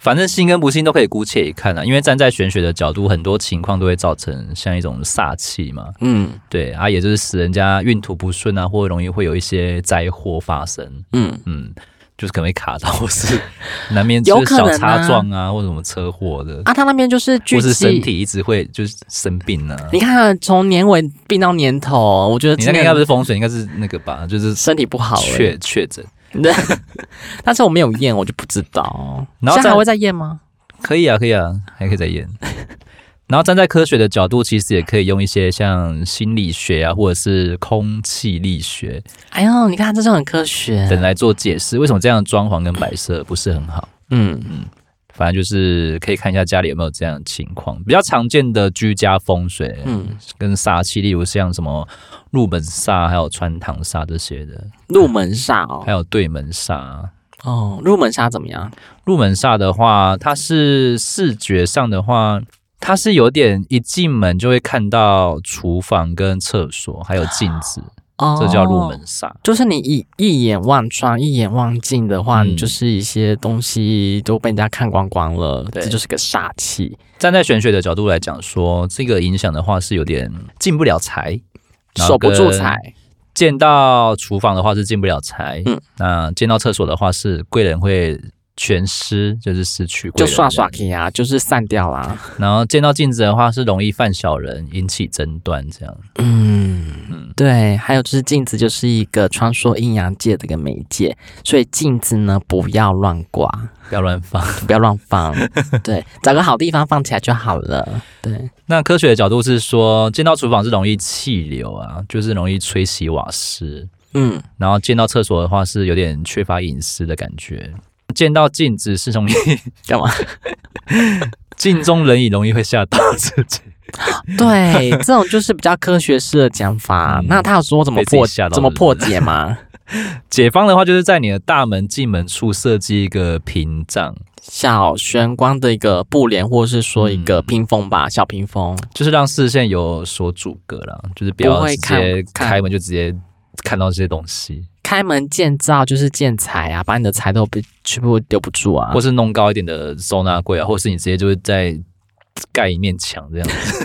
Speaker 1: 反正信跟不信都可以姑且一看啊，因为站在玄学的角度，很多情况都会造成像一种煞气嘛，
Speaker 2: 嗯
Speaker 1: 对啊，也就是使人家运途不顺啊，或容易会有一些灾祸发生，
Speaker 2: 嗯，
Speaker 1: 嗯，就是可能会卡到，或
Speaker 2: [LAUGHS]
Speaker 1: 是难免
Speaker 2: 有
Speaker 1: 就是
Speaker 2: 可能
Speaker 1: 小
Speaker 2: 啊
Speaker 1: 擦撞啊，或者什么车祸的，
Speaker 2: 啊，他那边就是聚
Speaker 1: 或是身
Speaker 2: 集。
Speaker 1: 体一直会就是生病啊。
Speaker 2: 你看，从年尾病到年头，我觉得
Speaker 1: 你
Speaker 2: 今
Speaker 1: 那个应该不
Speaker 2: 年
Speaker 1: 是风水，应该是那个吧，就是
Speaker 2: 身体不好欸了。
Speaker 1: 确确诊。
Speaker 2: 对，但是我没有验，我就不知道。
Speaker 1: 然后
Speaker 2: 现在
Speaker 1: 再
Speaker 2: 还会再
Speaker 1: [LAUGHS]
Speaker 2: 验吗？
Speaker 1: 可以啊，可以啊，还可以再演。
Speaker 2: 嗯
Speaker 1: [LAUGHS] 然后站在科学的角度，其实也可以用一些像心理学啊，或者是空气力学
Speaker 2: 哎呦，你看，这就很科学。
Speaker 1: 等来做解释，为什么这样的装潢跟摆设不是很好。
Speaker 2: 嗯
Speaker 1: 反正就是可以看一下家里有没有这样的情况，比较常见的居家风水
Speaker 2: 嗯，
Speaker 1: 跟煞气，例如像什么入门煞，还有穿堂煞这些的，
Speaker 2: 入门煞哦
Speaker 1: 还，有对门煞。啊
Speaker 2: 哦，入门煞怎么样？
Speaker 1: 入门煞的话，它是视觉上的话，它是有点一进门就会看到厨房跟厕所，还有镜子，
Speaker 2: 哦，
Speaker 1: 这叫入门。煞。
Speaker 2: 就是你一一眼望穿、一眼望尽的话，
Speaker 1: 嗯
Speaker 2: 你就是一些东西都被人家看光光了，
Speaker 1: 对
Speaker 2: 这就是个煞气。
Speaker 1: 站在玄学的角度来讲说，这个影响的话是有点进不了财，然后
Speaker 2: 守不住
Speaker 1: 跟
Speaker 2: 财，
Speaker 1: 见到厨房的话是进不了财，
Speaker 2: 嗯
Speaker 1: 那见到厕所的话是贵人会全失，就是失去贵
Speaker 2: 就
Speaker 1: 人
Speaker 2: 刷刷气啊，就是散掉啦、
Speaker 1: 然后见到镜子的话是容易犯小人，引起争端这样。
Speaker 2: 嗯，对，还有就是镜子就是一个穿梭阴阳界的一个媒介，所以镜子呢不要乱
Speaker 1: [LAUGHS]
Speaker 2: 挂，
Speaker 1: 不要乱放。
Speaker 2: 不要乱
Speaker 1: [LAUGHS]
Speaker 2: 放，对，找个好地方放起来就好了。对，
Speaker 1: 那科学的角度是说，见到厨房是容易气流啊，就是容易吹洗瓦斯；
Speaker 2: 嗯，
Speaker 1: 然后见到厕所的话是有点缺乏隐私的感觉；见到镜子是容易 [LAUGHS]
Speaker 2: 干嘛？
Speaker 1: 镜中人影，容易会吓到自己。
Speaker 2: 对，这种就是比较科学式的讲法。
Speaker 1: 嗯
Speaker 2: 那他有说怎么
Speaker 1: 被自己
Speaker 2: 破
Speaker 1: 吓到
Speaker 2: 怎么
Speaker 1: 是不
Speaker 2: 破解吗？
Speaker 1: 解方的话就是在你的大门进门处设计一个屏障，
Speaker 2: 小玄关的一个布帘，或是说一个屏风吧，小屏风。
Speaker 1: 就是让视线有所阻隔啦，就是不
Speaker 2: 不
Speaker 1: 要
Speaker 2: 会
Speaker 1: 直
Speaker 2: 看
Speaker 1: 接
Speaker 2: 看
Speaker 1: 开门就直接看到这些东西，
Speaker 2: 开门见灶就是见财啊，把你的财都被全部留不住啊
Speaker 1: 或。是弄高一点的收纳柜啊，或是你直接就是在盖一面墙这样子。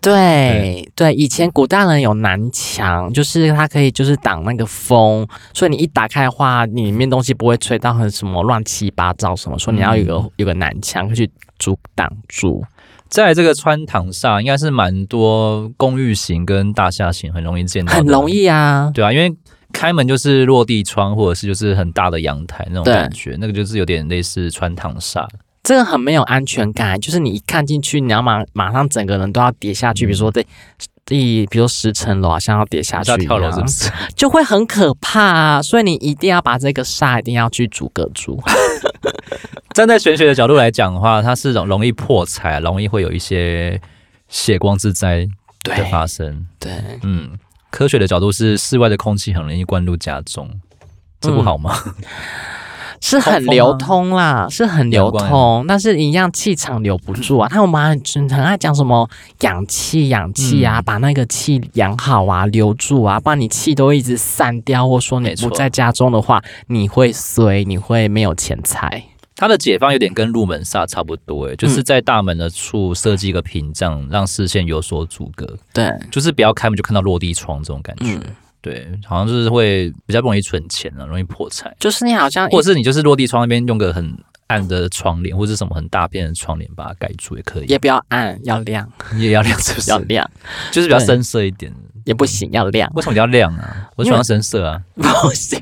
Speaker 2: 对对，以前古代人有南墙，就是它可以就是挡那个风，所以你一打开的话，你里面东西不会吹到很什么乱七八糟什么，所以你要有个、有个南墙去阻挡住。
Speaker 1: 在这个穿堂煞，应该是蛮多公寓型跟大厦型很容易见到，
Speaker 2: 很容，易啊。
Speaker 1: 对啊，因为开门就是落地窗，或者是就是很大的阳台那种
Speaker 2: 对啊
Speaker 1: 感觉，那个就是有点类似穿堂煞，
Speaker 2: 这个很没有安全感，就是你一看进去，你要马马上整个人都要跌下
Speaker 1: 嗯
Speaker 2: 去，比如说第第，比如说十层楼好啊像要跌下
Speaker 1: 还
Speaker 2: 去啊
Speaker 1: 是要跳楼
Speaker 2: 一
Speaker 1: 是
Speaker 2: 样
Speaker 1: 不是？
Speaker 2: 就会很可怕啊！所以你一定要把这个煞一定要去阻隔住。
Speaker 1: [LAUGHS] 啊站在玄学的角度来讲的话，它是容容易破财，容易会有一些血光之灾的
Speaker 2: 对
Speaker 1: 发生。
Speaker 2: 对，
Speaker 1: 嗯，科学的角度是室外的空气很容易灌入家中，这
Speaker 2: 嗯
Speaker 1: 不好吗？
Speaker 2: 是很流通啦，
Speaker 1: 啊
Speaker 2: 是很流
Speaker 1: 阳光
Speaker 2: 通，但是一样气场留不
Speaker 1: [LAUGHS]
Speaker 2: 住啊。他们蛮很很爱讲什么养气、养气
Speaker 1: 嗯
Speaker 2: 啊，把那个气养好啊，留住啊，不然你气都一直散掉，或说你
Speaker 1: 没错
Speaker 2: 不在家中的话，你会衰，你会没有钱财。
Speaker 1: 它的解放有点跟入门煞差不多，
Speaker 2: 嗯
Speaker 1: 诶，就是在大门的处设计一个屏障，让视线有所阻隔，
Speaker 2: 对，
Speaker 1: 就是不要开门就看到落地窗这种感觉。
Speaker 2: 嗯
Speaker 1: 对，好像就是会比较不容易存钱啊，容易破财，
Speaker 2: 就是你好像
Speaker 1: 或者是你就是落地窗那边用个很暗的窗帘，或者是什么很大片的窗帘把它盖住也可以，
Speaker 2: 也不要暗，要亮，
Speaker 1: 你也要亮是不
Speaker 2: 要
Speaker 1: 是？
Speaker 2: 亮
Speaker 1: 就是比较深色一点。
Speaker 2: 也不行，要亮。
Speaker 1: 为什么你要亮啊？我喜欢深色啊。
Speaker 2: [LAUGHS] 不行，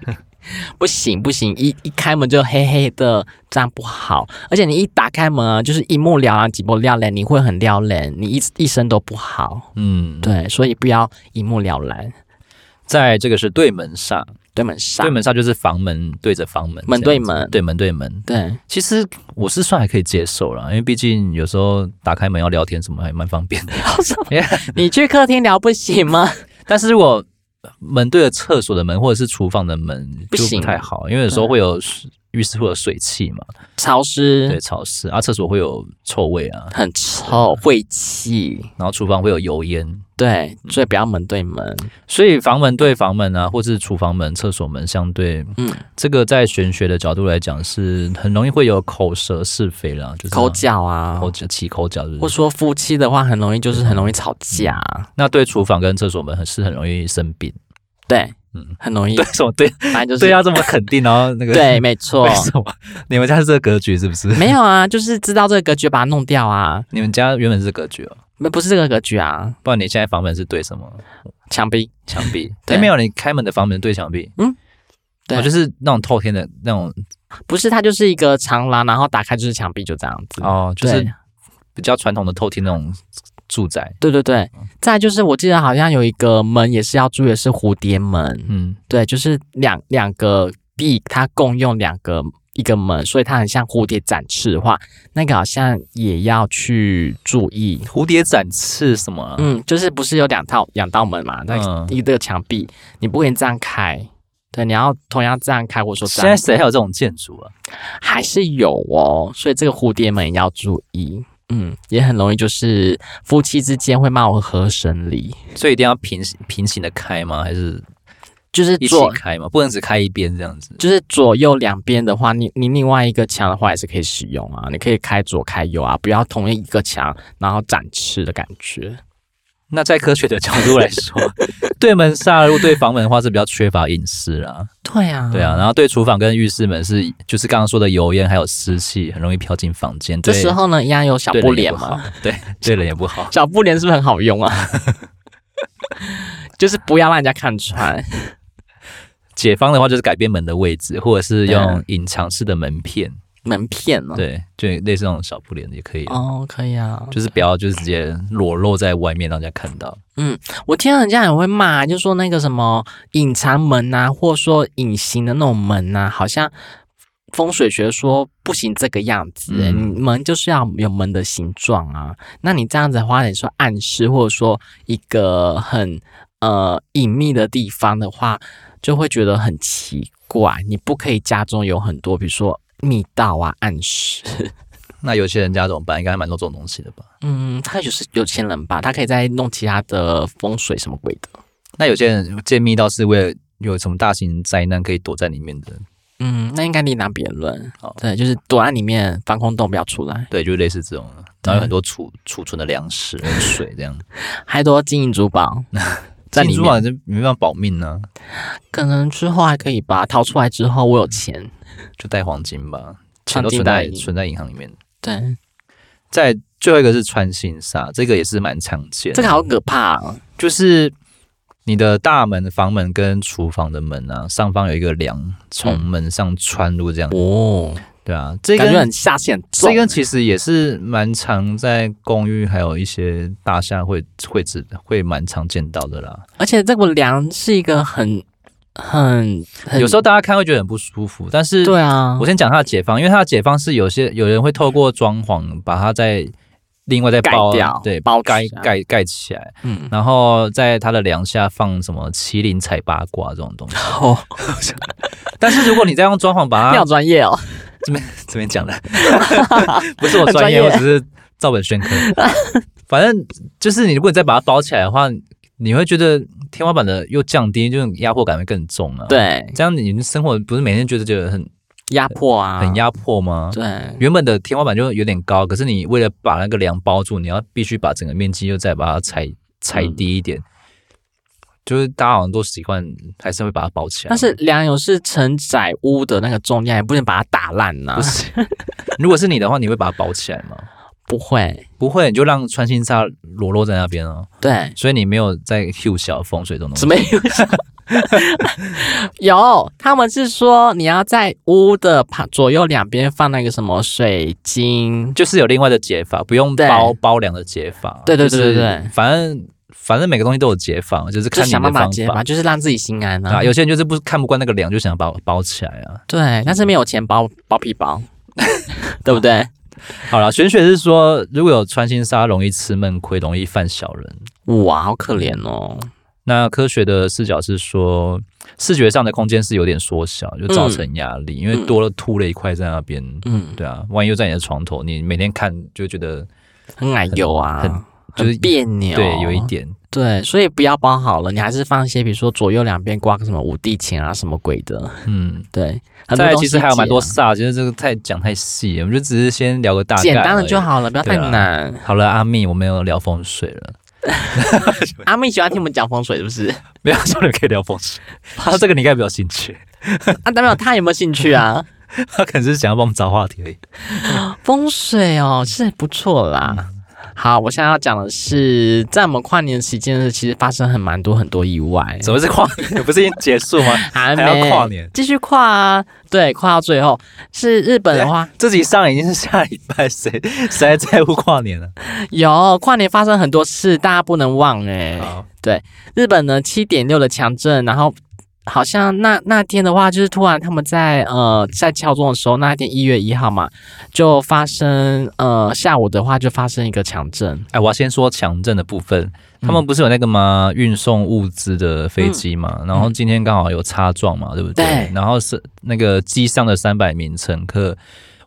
Speaker 2: 不行，不行！一一开门就黑黑的，这样不好。而且你一打开门啊，就是一目了然，几目了然，你会很撩人，你一一生都不好。
Speaker 1: 嗯，
Speaker 2: 对，所以不要一目了然，
Speaker 1: 在这个是对门煞，
Speaker 2: 对门煞，
Speaker 1: 对门煞就是房门对着房门，
Speaker 2: 门对门
Speaker 1: 对门对门， [LAUGHS]
Speaker 2: 对
Speaker 1: 其实我是算还可以接受啦，因为毕竟有时候打开门要聊天什么还蛮方便的。 [LAUGHS]
Speaker 2: 你去客厅聊不行吗？
Speaker 1: 但是如果门对着厕所的门或者是厨房的门
Speaker 2: 不
Speaker 1: 就
Speaker 2: 行
Speaker 1: 不太好，因为有时候会有浴室会有水汽嘛， [LAUGHS]
Speaker 2: 潮
Speaker 1: 对，
Speaker 2: 湿，
Speaker 1: 潮湿啊，厕所会有臭味啊，
Speaker 2: 很臭，晦气。
Speaker 1: 然后厨房会有油烟，
Speaker 2: 对，
Speaker 1: 嗯
Speaker 2: 所以不要门对门。
Speaker 1: 所以房门对房门啊，或是厨房门、厕所门相对，
Speaker 2: 嗯
Speaker 1: 嗯，这个在玄学的角度来讲是很容易会有口舌是非啦，就是
Speaker 2: 口角啊，
Speaker 1: 口角起口角，就是
Speaker 2: 或说夫妻的话，很容易就是很容易吵架，
Speaker 1: 那对厨房跟厕所门很是很容易生病。
Speaker 2: 对，
Speaker 1: 嗯
Speaker 2: 很容易
Speaker 1: 对，什么对
Speaker 2: 反正就是
Speaker 1: 对啊，这么肯定，然后那个
Speaker 2: [LAUGHS] 对，没
Speaker 1: [LAUGHS]
Speaker 2: 错
Speaker 1: 为，什么？你们家是这个格局是不是？
Speaker 2: 没有啊，就是知道这个格局把它弄掉啊，
Speaker 1: 你们家原本是格局哦，
Speaker 2: 那不是这个格局啊，
Speaker 1: 不然你现在房门是对什么？
Speaker 2: 墙壁，
Speaker 1: 墙壁？
Speaker 2: [LAUGHS] 对
Speaker 1: 哎，没有，你开门的房门对墙壁。
Speaker 2: 嗯，对
Speaker 1: 哦就是那种透天的那种
Speaker 2: 不是它就是一个长廊，然后打开就是墙壁，就这样子。
Speaker 1: 哦，就是
Speaker 2: 对
Speaker 1: 比较传统的透天那种住宅。
Speaker 2: 对对对，
Speaker 1: 嗯
Speaker 2: 再来就是我记得好像有一个门也是要注意的是蝴蝶门，
Speaker 1: 嗯，
Speaker 2: 对，就是两两个壁它共用两个一个门，所以它很像蝴蝶展翅的话，那个好像也要去注意。
Speaker 1: 蝴蝶展翅什么啊？
Speaker 2: 嗯，就是不是有两套两道门嘛？那
Speaker 1: 嗯
Speaker 2: 一个墙壁，你不可以这样开，对，你要同样这样开，或者说
Speaker 1: 现
Speaker 2: 这
Speaker 1: 在
Speaker 2: 样，
Speaker 1: 谁还有这种建筑啊？
Speaker 2: 还是有哦。所以这个蝴蝶门也要注意，嗯，也很容易就是夫妻之间会貌合神离，
Speaker 1: 所以一定要平行平行的开吗？还是
Speaker 2: 就是
Speaker 1: 一起
Speaker 2: 左
Speaker 1: 开吗？不能只开一边这样子。
Speaker 2: 就是左右两边的话，你你另外一个墙的话也是可以使用啊，你可以开左开右啊，不要同一个墙然后展翅的感觉。
Speaker 1: 那在科学的角度来说， [LAUGHS] 对门煞入对房门的话是比较缺乏隐私啦，
Speaker 2: 对啊，
Speaker 1: 对啊，，然后对厨房跟浴室门是就是刚刚说的油烟还有湿气，很容易飘进房间，
Speaker 2: 这
Speaker 1: 对
Speaker 2: 时候呢一样有小
Speaker 1: 对
Speaker 2: 布
Speaker 1: 人也
Speaker 2: 帘
Speaker 1: 不
Speaker 2: 嘛
Speaker 1: 好，， [LAUGHS] 对对人也不好。
Speaker 2: 小布帘是不是很好用啊？ [LAUGHS] 就是不要让人家看穿， [LAUGHS]
Speaker 1: 解方的话就是改变门的位置，或者是用
Speaker 2: 嗯
Speaker 1: 隐藏式的门片，
Speaker 2: 门片哦。
Speaker 1: 对，就类似那种小布帘也可以，
Speaker 2: 哦，可以啊。
Speaker 1: 就是不要就是直接裸露在外面让人家看到。
Speaker 2: 我听到人家也会骂，就说那个什么隐藏门呐、或者说隐形的那种门呐、好像风水学说不行这个样子、欸
Speaker 1: 嗯
Speaker 2: 你门就是要有门的形状啊。那你这样子的话，你说暗示或者说一个很呃隐秘的地方的话，就会觉得很奇怪。你不可以家中有很多，比如说密道啊、暗示。
Speaker 1: 那有些人家怎么办？应该蛮多这种东西的吧？
Speaker 2: 嗯，他就是有钱人吧，他可以再弄其他的风水什么鬼的。
Speaker 1: 那有些人见密道是为了有什么大型灾难可以躲在里面的，
Speaker 2: 嗯，那应该另当别论。
Speaker 1: 好
Speaker 2: 对，就是躲在里面防空洞不要出来，
Speaker 1: 对，就类似这种的，然后有很多储储存的粮食、跟水这 [LAUGHS] 样。
Speaker 2: 还多金银珠宝在
Speaker 1: 进
Speaker 2: 里
Speaker 1: 珠
Speaker 2: 面。
Speaker 1: 宝就啊没办法保命啊呢、
Speaker 2: 可能之后还可以吧，逃出来之后我有钱。
Speaker 1: 就带黄金吧，钱
Speaker 2: 穿
Speaker 1: 都
Speaker 2: 金
Speaker 1: 存
Speaker 2: 戴
Speaker 1: 在
Speaker 2: 银，
Speaker 1: 存在银行里面。
Speaker 2: 对，
Speaker 1: 再最后一个是穿心煞，这个也是蛮常见的，
Speaker 2: 这个好可怕、啊。
Speaker 1: 就是你的大门、房门跟厨房的门啊，上方有一个梁从门上穿入这样，
Speaker 2: 哦，
Speaker 1: 对啊，这
Speaker 2: 感觉
Speaker 1: 根
Speaker 2: 很下限很重
Speaker 1: 这。根其实也是蛮常在公寓还有一些大厦会会只会蛮常见到的啦。
Speaker 2: 而且这个梁是一个很很很
Speaker 1: 有时候大家看会觉得很不舒服，但是
Speaker 2: 对啊
Speaker 1: 我，先讲它的解方，因为它的解方是有些有人会透过装潢把它再另外再包
Speaker 2: 盖掉
Speaker 1: 对，
Speaker 2: 包起
Speaker 1: 盖
Speaker 2: 来
Speaker 1: 盖盖起来，
Speaker 2: 嗯，
Speaker 1: 然后在它的梁下放什么麒麟踩八卦这种东
Speaker 2: [LAUGHS]
Speaker 1: 西。
Speaker 2: 哦，
Speaker 1: 但是如果你再用装潢把
Speaker 2: 你
Speaker 1: 它
Speaker 2: 好专业哦，
Speaker 1: 这边这边讲
Speaker 2: [LAUGHS]
Speaker 1: 的，不是我专业，
Speaker 2: 很专业
Speaker 1: 我只是照本
Speaker 2: [LAUGHS]
Speaker 1: 宣科。反正就是你如果你再把它包起来的话，你会觉得天花板的又降低，就是压迫感会更重啊。，
Speaker 2: 对，
Speaker 1: 这样你们生活不是每天觉得觉得很
Speaker 2: 压迫啊，
Speaker 1: 很，压迫吗？
Speaker 2: 对，
Speaker 1: 原本的天花板就有点高，可是你为了把那个梁包住，你要必须把整个面积又再把它踩踩低一
Speaker 2: 嗯
Speaker 1: 点。就是大家好像都习惯，还是会把它包起来。
Speaker 2: 但是梁有是承载屋的那个重量，也不能把它打烂啊呐、
Speaker 1: 不是？ [LAUGHS] 如果是你的话，你会把它包起来吗？
Speaker 2: 不会，
Speaker 1: 不会，你就让穿心纱裸露在那边哦。
Speaker 2: 对，
Speaker 1: 所以你没有在 Q 小风水这种东
Speaker 2: 怎
Speaker 1: 西。
Speaker 2: 么有？有，他们是说你要在屋的旁左右两边放那个什么水晶，
Speaker 1: 就是有另外的解法，不用
Speaker 2: 对
Speaker 1: 包包梁的解法。
Speaker 2: 对对
Speaker 1: 就
Speaker 2: 对
Speaker 1: 是
Speaker 2: 对对
Speaker 1: 反正反正每个东西都有解法，就是
Speaker 2: 就
Speaker 1: 看你
Speaker 2: 想
Speaker 1: 的
Speaker 2: 办法
Speaker 1: 方
Speaker 2: 解
Speaker 1: 法
Speaker 2: 嘛，就是让自己心安啊。
Speaker 1: 啊。有些人就是不看不惯那个梁，就想把我包起来啊。
Speaker 2: 对，但是没有钱包包皮包， [LAUGHS] 对不对？
Speaker 1: 好了，玄学是说，如果有穿心纱，容易吃闷亏，容易犯小人。
Speaker 2: 哇，好可怜哦。
Speaker 1: 那科学的视角是说，视觉上的空间是有点缩小，就造成压力，因为多了凸了一块在那边。
Speaker 2: 嗯，
Speaker 1: 对啊，万一又在你的床头，你每天看就觉得
Speaker 2: 很奶油
Speaker 1: 很
Speaker 2: 啊，
Speaker 1: 就是
Speaker 2: 很别扭，
Speaker 1: 对，有一点。
Speaker 2: 对，所以不要包好了，你还是放一些，比如说左右两边挂个什么五帝钱啊，什么鬼的，
Speaker 1: 嗯，
Speaker 2: 对，很多
Speaker 1: 再来
Speaker 2: 东
Speaker 1: 其
Speaker 2: 西啊
Speaker 1: 实还有蛮多
Speaker 2: 解
Speaker 1: SAR，其实这个太讲太细，我们就只是先聊个大
Speaker 2: 啊
Speaker 1: 概，
Speaker 2: 简单的就
Speaker 1: 好。
Speaker 2: 好了，不要太
Speaker 1: 对啊
Speaker 2: 难。
Speaker 1: 好了，阿密，我们有聊风水了， [LAUGHS]
Speaker 2: [LAUGHS] 阿妹喜欢听我们讲风水是不 [LAUGHS] 是？
Speaker 1: 没有说你可以聊风
Speaker 2: [LAUGHS]
Speaker 1: 水，他这个你应该比较兴趣，
Speaker 2: 啊，代表他有没有兴趣啊？
Speaker 1: 他可能是想要帮我们找话题而已。
Speaker 2: [LAUGHS] 哎风水哦，是不错啦。好，我现在要讲的是，在我们跨年期间呢，其实发生很蛮多很多意外。
Speaker 1: 怎么是跨年？不是已经结束吗？
Speaker 2: 还
Speaker 1: 还要跨年
Speaker 2: 继续跨啊？对，跨到最后是日本的话，
Speaker 1: 自己上已经是下礼拜，谁谁还在乎跨年呢、
Speaker 2: 有跨年发生很多事，大家不能忘哎、
Speaker 1: 好，
Speaker 2: 日本呢七点六的强震，然后好像那那天的话，就是突然他们在呃在敲钟的时候，那一天一月一号嘛，就发生呃下午的话就发生一个强震，
Speaker 1: [LAUGHS] 哎，我要先说强震的部分，他们不是有那个吗？运送物资的飞机嘛，然后今天刚好有擦撞嘛，对嗯不对？
Speaker 2: 对
Speaker 1: 然后是那个机上的三百名乘客，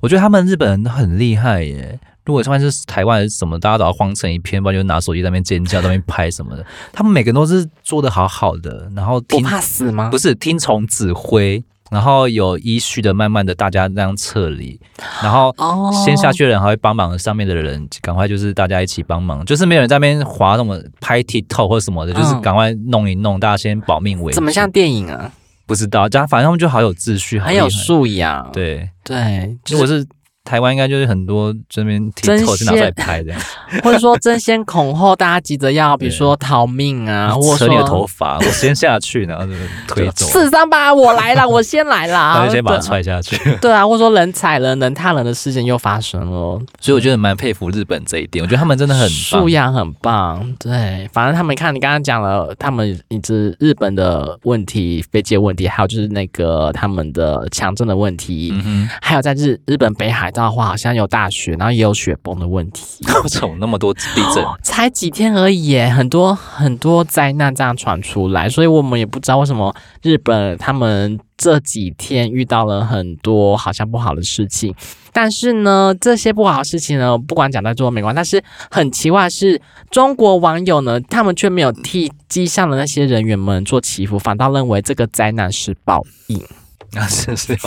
Speaker 1: 我觉得他们日本人都很厉害耶。如果换是台湾还是什么，大家都要慌成一片，不然就拿手机在那边尖叫，在那边拍什么 [LAUGHS] 的。他们每个人都是做的好好的，然后
Speaker 2: 不
Speaker 1: 听
Speaker 2: 怕死吗
Speaker 1: 不？是听从指挥，然后有依序的慢慢的大家那样撤离，然后
Speaker 2: 哦
Speaker 1: 先下去的人还会帮忙上面的人，赶快就是大家一起帮忙，就是没有人在那边划什么拍 TikTok 或什么的，就是
Speaker 2: 嗯
Speaker 1: 赶快弄一弄，大家先保命为主。
Speaker 2: 怎么像电影啊？
Speaker 1: 不知道，这样反正他们就好有秩序，好
Speaker 2: 很
Speaker 1: 厉害
Speaker 2: 有素养。
Speaker 1: 对。
Speaker 2: 对，
Speaker 1: 如
Speaker 2: 就
Speaker 1: 果
Speaker 2: 是
Speaker 1: 是台湾，应该就是很多这边 TikTok 是拿出来拍
Speaker 2: [LAUGHS]
Speaker 1: 的，
Speaker 2: 或者说争先恐后，大家急着要，比
Speaker 1: [LAUGHS]
Speaker 2: 如
Speaker 1: 对
Speaker 2: 说逃命啊，或
Speaker 1: 扯
Speaker 2: 者
Speaker 1: 你的头
Speaker 2: 说
Speaker 1: 发，我先下去，然后就是推走，
Speaker 2: 四三八，我来了，啊我先来
Speaker 1: [LAUGHS] 然后
Speaker 2: 啦，
Speaker 1: 就先把他
Speaker 2: 对
Speaker 1: 踹下去。 [LAUGHS]
Speaker 2: 对啊，或者说人踩人、人踏人的事件又发生了。
Speaker 1: 所以我觉得蛮佩服日本这一点，我觉得他们真的很棒
Speaker 2: 素。养很棒，对，反正他们看你刚刚讲了，他们一直日本的问题、飞机的问题，还有就是那个他们的强震的问题，
Speaker 1: 嗯哼。
Speaker 2: 还有在日日本北海道的话，好像有大雪，然后也有雪崩的问题，
Speaker 1: [LAUGHS] 我怎么那么多地震？
Speaker 2: 才几天而已耶，很多很多灾难这样传出来，所以我们也不知道为什么日本他们这几天遇到了很多好像不好的事情。但是呢，这些不好的事情呢，不管讲在做没关系，但是很奇怪的是，中国网友呢，他们却没有替机上的那些人员们做祈福，反倒认为这个灾难是报应。
Speaker 1: [LAUGHS] 那是是要，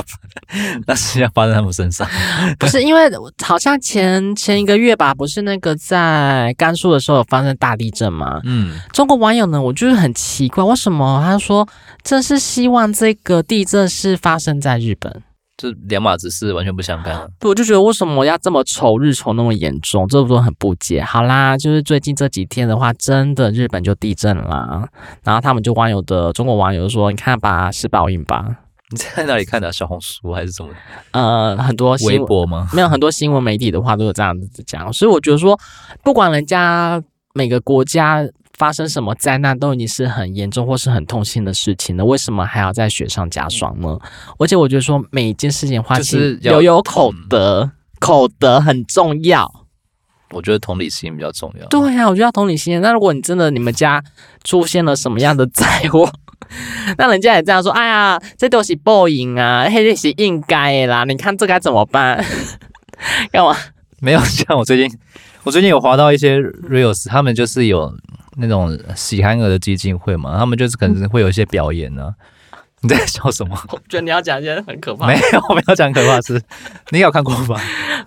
Speaker 1: 那是要发生在他们身上。
Speaker 2: 不是因为好像前前一个月吧，不是那个在甘肃的时候有发生大地震吗？
Speaker 1: 嗯，
Speaker 2: 中国网友呢，我就是很奇怪，为什么他说这是希望这个地震是发生在日本？
Speaker 1: 就两码子事，完全不相干。啊
Speaker 2: 对，我就觉得为什么要这么仇日仇那么严重，这我都很不解。好啦，就是最近这几天的话，真的日本就地震啦，然后他们就网友的中国网友就说，你看吧，是报应吧？
Speaker 1: 你在哪里看的啊、小红书还是什么
Speaker 2: 呃，很多新
Speaker 1: 微
Speaker 2: 闻
Speaker 1: 博吗？
Speaker 2: 没有很多新闻媒体的话都有这样子讲，所以我觉得说，不管人家每个国家发生什么灾难，都已经是很严重或是很痛心的事情了，为什么还要在雪上加霜呢？而且我觉得说，每一件事情的话，
Speaker 1: 就是
Speaker 2: 请
Speaker 1: 要
Speaker 2: 留有口德，口德很重要。
Speaker 1: 我觉得同理心比较重要。
Speaker 2: 对啊呀、我觉得要同理心。那如果你真的你们家出现了什么样的灾祸， [LAUGHS] 那人家也这样说，哎呀，这都是报应啊，嘿，这是应该的啦，你看这该怎么办？ [LAUGHS] 干嘛？
Speaker 1: 没有 [LAUGHS] 像我最近，我最近有划到一些 reels，他们就是有那种喜憨儿的基金会嘛，他们就是可能会有一些表演呢、你在笑什么？
Speaker 2: 我觉得你要讲一些很可怕
Speaker 1: 没
Speaker 2: 的。
Speaker 1: 有，没有讲可怕的事。你有看过吗？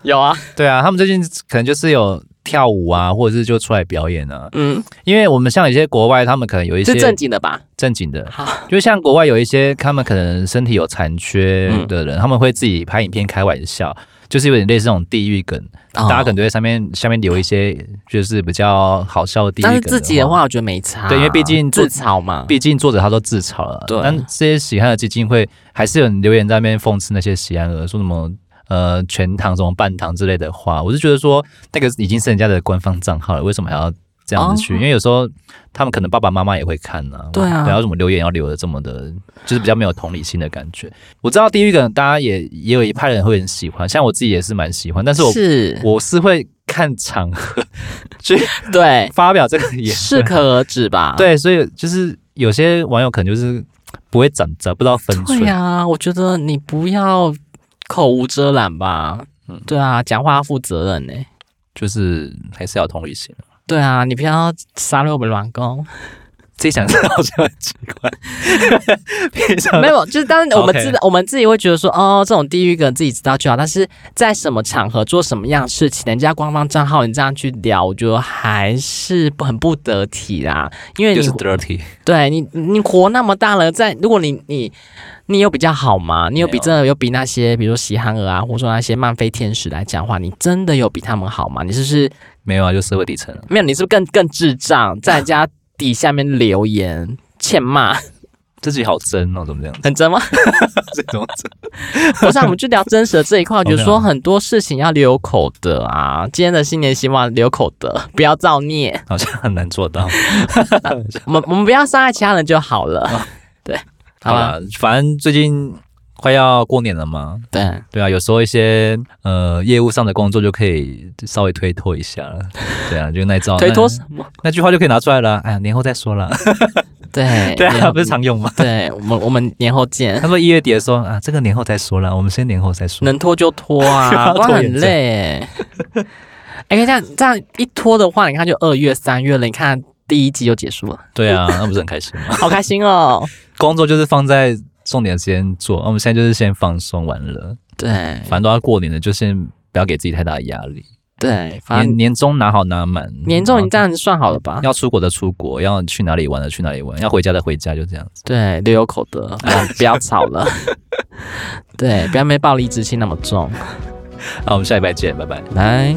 Speaker 2: 有啊，
Speaker 1: 对啊，他们最近可能就是有跳舞啊，或者是就出来表演啊。
Speaker 2: 嗯，
Speaker 1: 因为我们像有些国外，他们可能有一些
Speaker 2: 是正经的吧？
Speaker 1: 正经的，
Speaker 2: 好，
Speaker 1: 就像国外有一些他们可能身体有残缺
Speaker 2: 嗯
Speaker 1: 的人，他们会自己拍影片开玩笑，就是有点类似那种地域梗，
Speaker 2: 哦
Speaker 1: 大家可能都在上面下面留一些就是比较好笑的地域
Speaker 2: 但
Speaker 1: 梗。
Speaker 2: 是自己的，话，我觉得没差。
Speaker 1: 对因为毕竟
Speaker 2: 自
Speaker 1: 做
Speaker 2: 嘲嘛。
Speaker 1: 毕竟作者他都自嘲了，
Speaker 2: 对
Speaker 1: 但这些喜憨的基金会还是有人留言在那边讽刺那些喜憨儿，说什么。呃，全糖什么半糖之类的话，我是觉得说那个已经是人家的官方账号了，为什么还要这样子去？
Speaker 2: 哦
Speaker 1: 因为有时候他们可能爸爸妈妈也会看呢、
Speaker 2: 对啊
Speaker 1: 不要怎么留言要留的这么的，就是比较没有同理心的感觉。我知道地狱梗大家也也有一派人会很喜欢，像我自己也是蛮喜欢，但是我
Speaker 2: 是
Speaker 1: 我是会看场 [LAUGHS] 合去
Speaker 2: 对，
Speaker 1: 发表这个言
Speaker 2: 适
Speaker 1: 论。
Speaker 2: 可而止吧。
Speaker 1: 啊对，所以就是有些网友可能就是不会掌掌不到分寸
Speaker 2: 对，啊呀、我觉得你不要口无遮拦吧。
Speaker 1: 嗯
Speaker 2: 对啊，讲话要负责任呢、欸
Speaker 1: 就是还是要有同理心。
Speaker 2: 对啊，你不要杀了我们软工。
Speaker 1: 自己想知道好像很奇
Speaker 2: [LAUGHS]
Speaker 1: 怪，平常
Speaker 2: 没有，就是当然我
Speaker 1: [LAUGHS]
Speaker 2: 们
Speaker 1: OK
Speaker 2: 自我们自己会觉得说，哦，这种地域梗自己知道就好。但是在什么场合做什么样的事情，人家官方账号你这样去聊，我觉得还是不很不得体啦。因为
Speaker 1: 就
Speaker 2: 你
Speaker 1: 是 dirty，
Speaker 2: 对你，你活那么大了，在如果你你你有比较好吗？你有比
Speaker 1: 没有
Speaker 2: 真的有比那些，比如说喜憨儿啊，或者说那些漫飞天使来讲话，你真的有比他们好吗？你是不是
Speaker 1: 没有啊，就社会底层啊
Speaker 2: 没有？你是不是更更智障，在人家底下面留言欠骂，
Speaker 1: 自己好真哦，怎么这样
Speaker 2: 很真吗？
Speaker 1: 这种
Speaker 2: [LAUGHS]
Speaker 1: 真？
Speaker 2: 不是、啊，我们就聊真实的这一块，我觉得
Speaker 1: OK 啊
Speaker 2: 说很多事情要留口德啊。今天的新年希望留口德， [LAUGHS] 不要
Speaker 1: [LAUGHS]
Speaker 2: 造孽，
Speaker 1: 好像很难做到。
Speaker 2: 我们我们不要伤害其他人就好了。 [LAUGHS] 对，
Speaker 1: 啊
Speaker 2: 好啊
Speaker 1: 好
Speaker 2: 了，
Speaker 1: 啦，反正最近快要过年了嘛，
Speaker 2: 对。
Speaker 1: 对啊，有时候一些呃业务上的工作就可以稍微推脱一下了。对啊，就那一招
Speaker 2: 推脱
Speaker 1: 那
Speaker 2: 什么？
Speaker 1: 那句话就可以拿出来了。哎呀，年后再说
Speaker 2: [LAUGHS]
Speaker 1: 啦。
Speaker 2: 对
Speaker 1: [LAUGHS] 对啊，
Speaker 2: 聊
Speaker 1: 不是常用吗？
Speaker 2: [LAUGHS] 对我们，我们年后
Speaker 1: [LAUGHS]
Speaker 2: 见
Speaker 1: 他，说一月底的时候啊，这个年后再说啦，我们先年后再说。
Speaker 2: 能拖就拖
Speaker 1: [LAUGHS]
Speaker 2: 啊，
Speaker 1: 要
Speaker 2: 不然
Speaker 1: 拖
Speaker 2: 很
Speaker 1: 延症 [LAUGHS]
Speaker 2: 累。哎、这样这样一拖的话，你看就二月、三月了，你看第一季就结束了，
Speaker 1: 对啊，那不是很开心吗？ [LAUGHS]
Speaker 2: 好开心哦。
Speaker 1: 工作就是放在重点的时间做，那我们现在就是先放松玩乐，
Speaker 2: 对
Speaker 1: 反正都要过年了，就先不要给自己太大的压力。
Speaker 2: 对，反
Speaker 1: 年
Speaker 2: 正
Speaker 1: 年终拿好拿满，
Speaker 2: 年终你这
Speaker 1: 然
Speaker 2: 样算好了吧
Speaker 1: 后？要出国的出国，要去哪里玩的去哪里玩，要回家的回家，就这样子。
Speaker 2: 对，留有口德，不要不要吵了。对，不要没暴力之气那么重。
Speaker 1: 好，我们下礼拜见，拜拜。
Speaker 2: 来。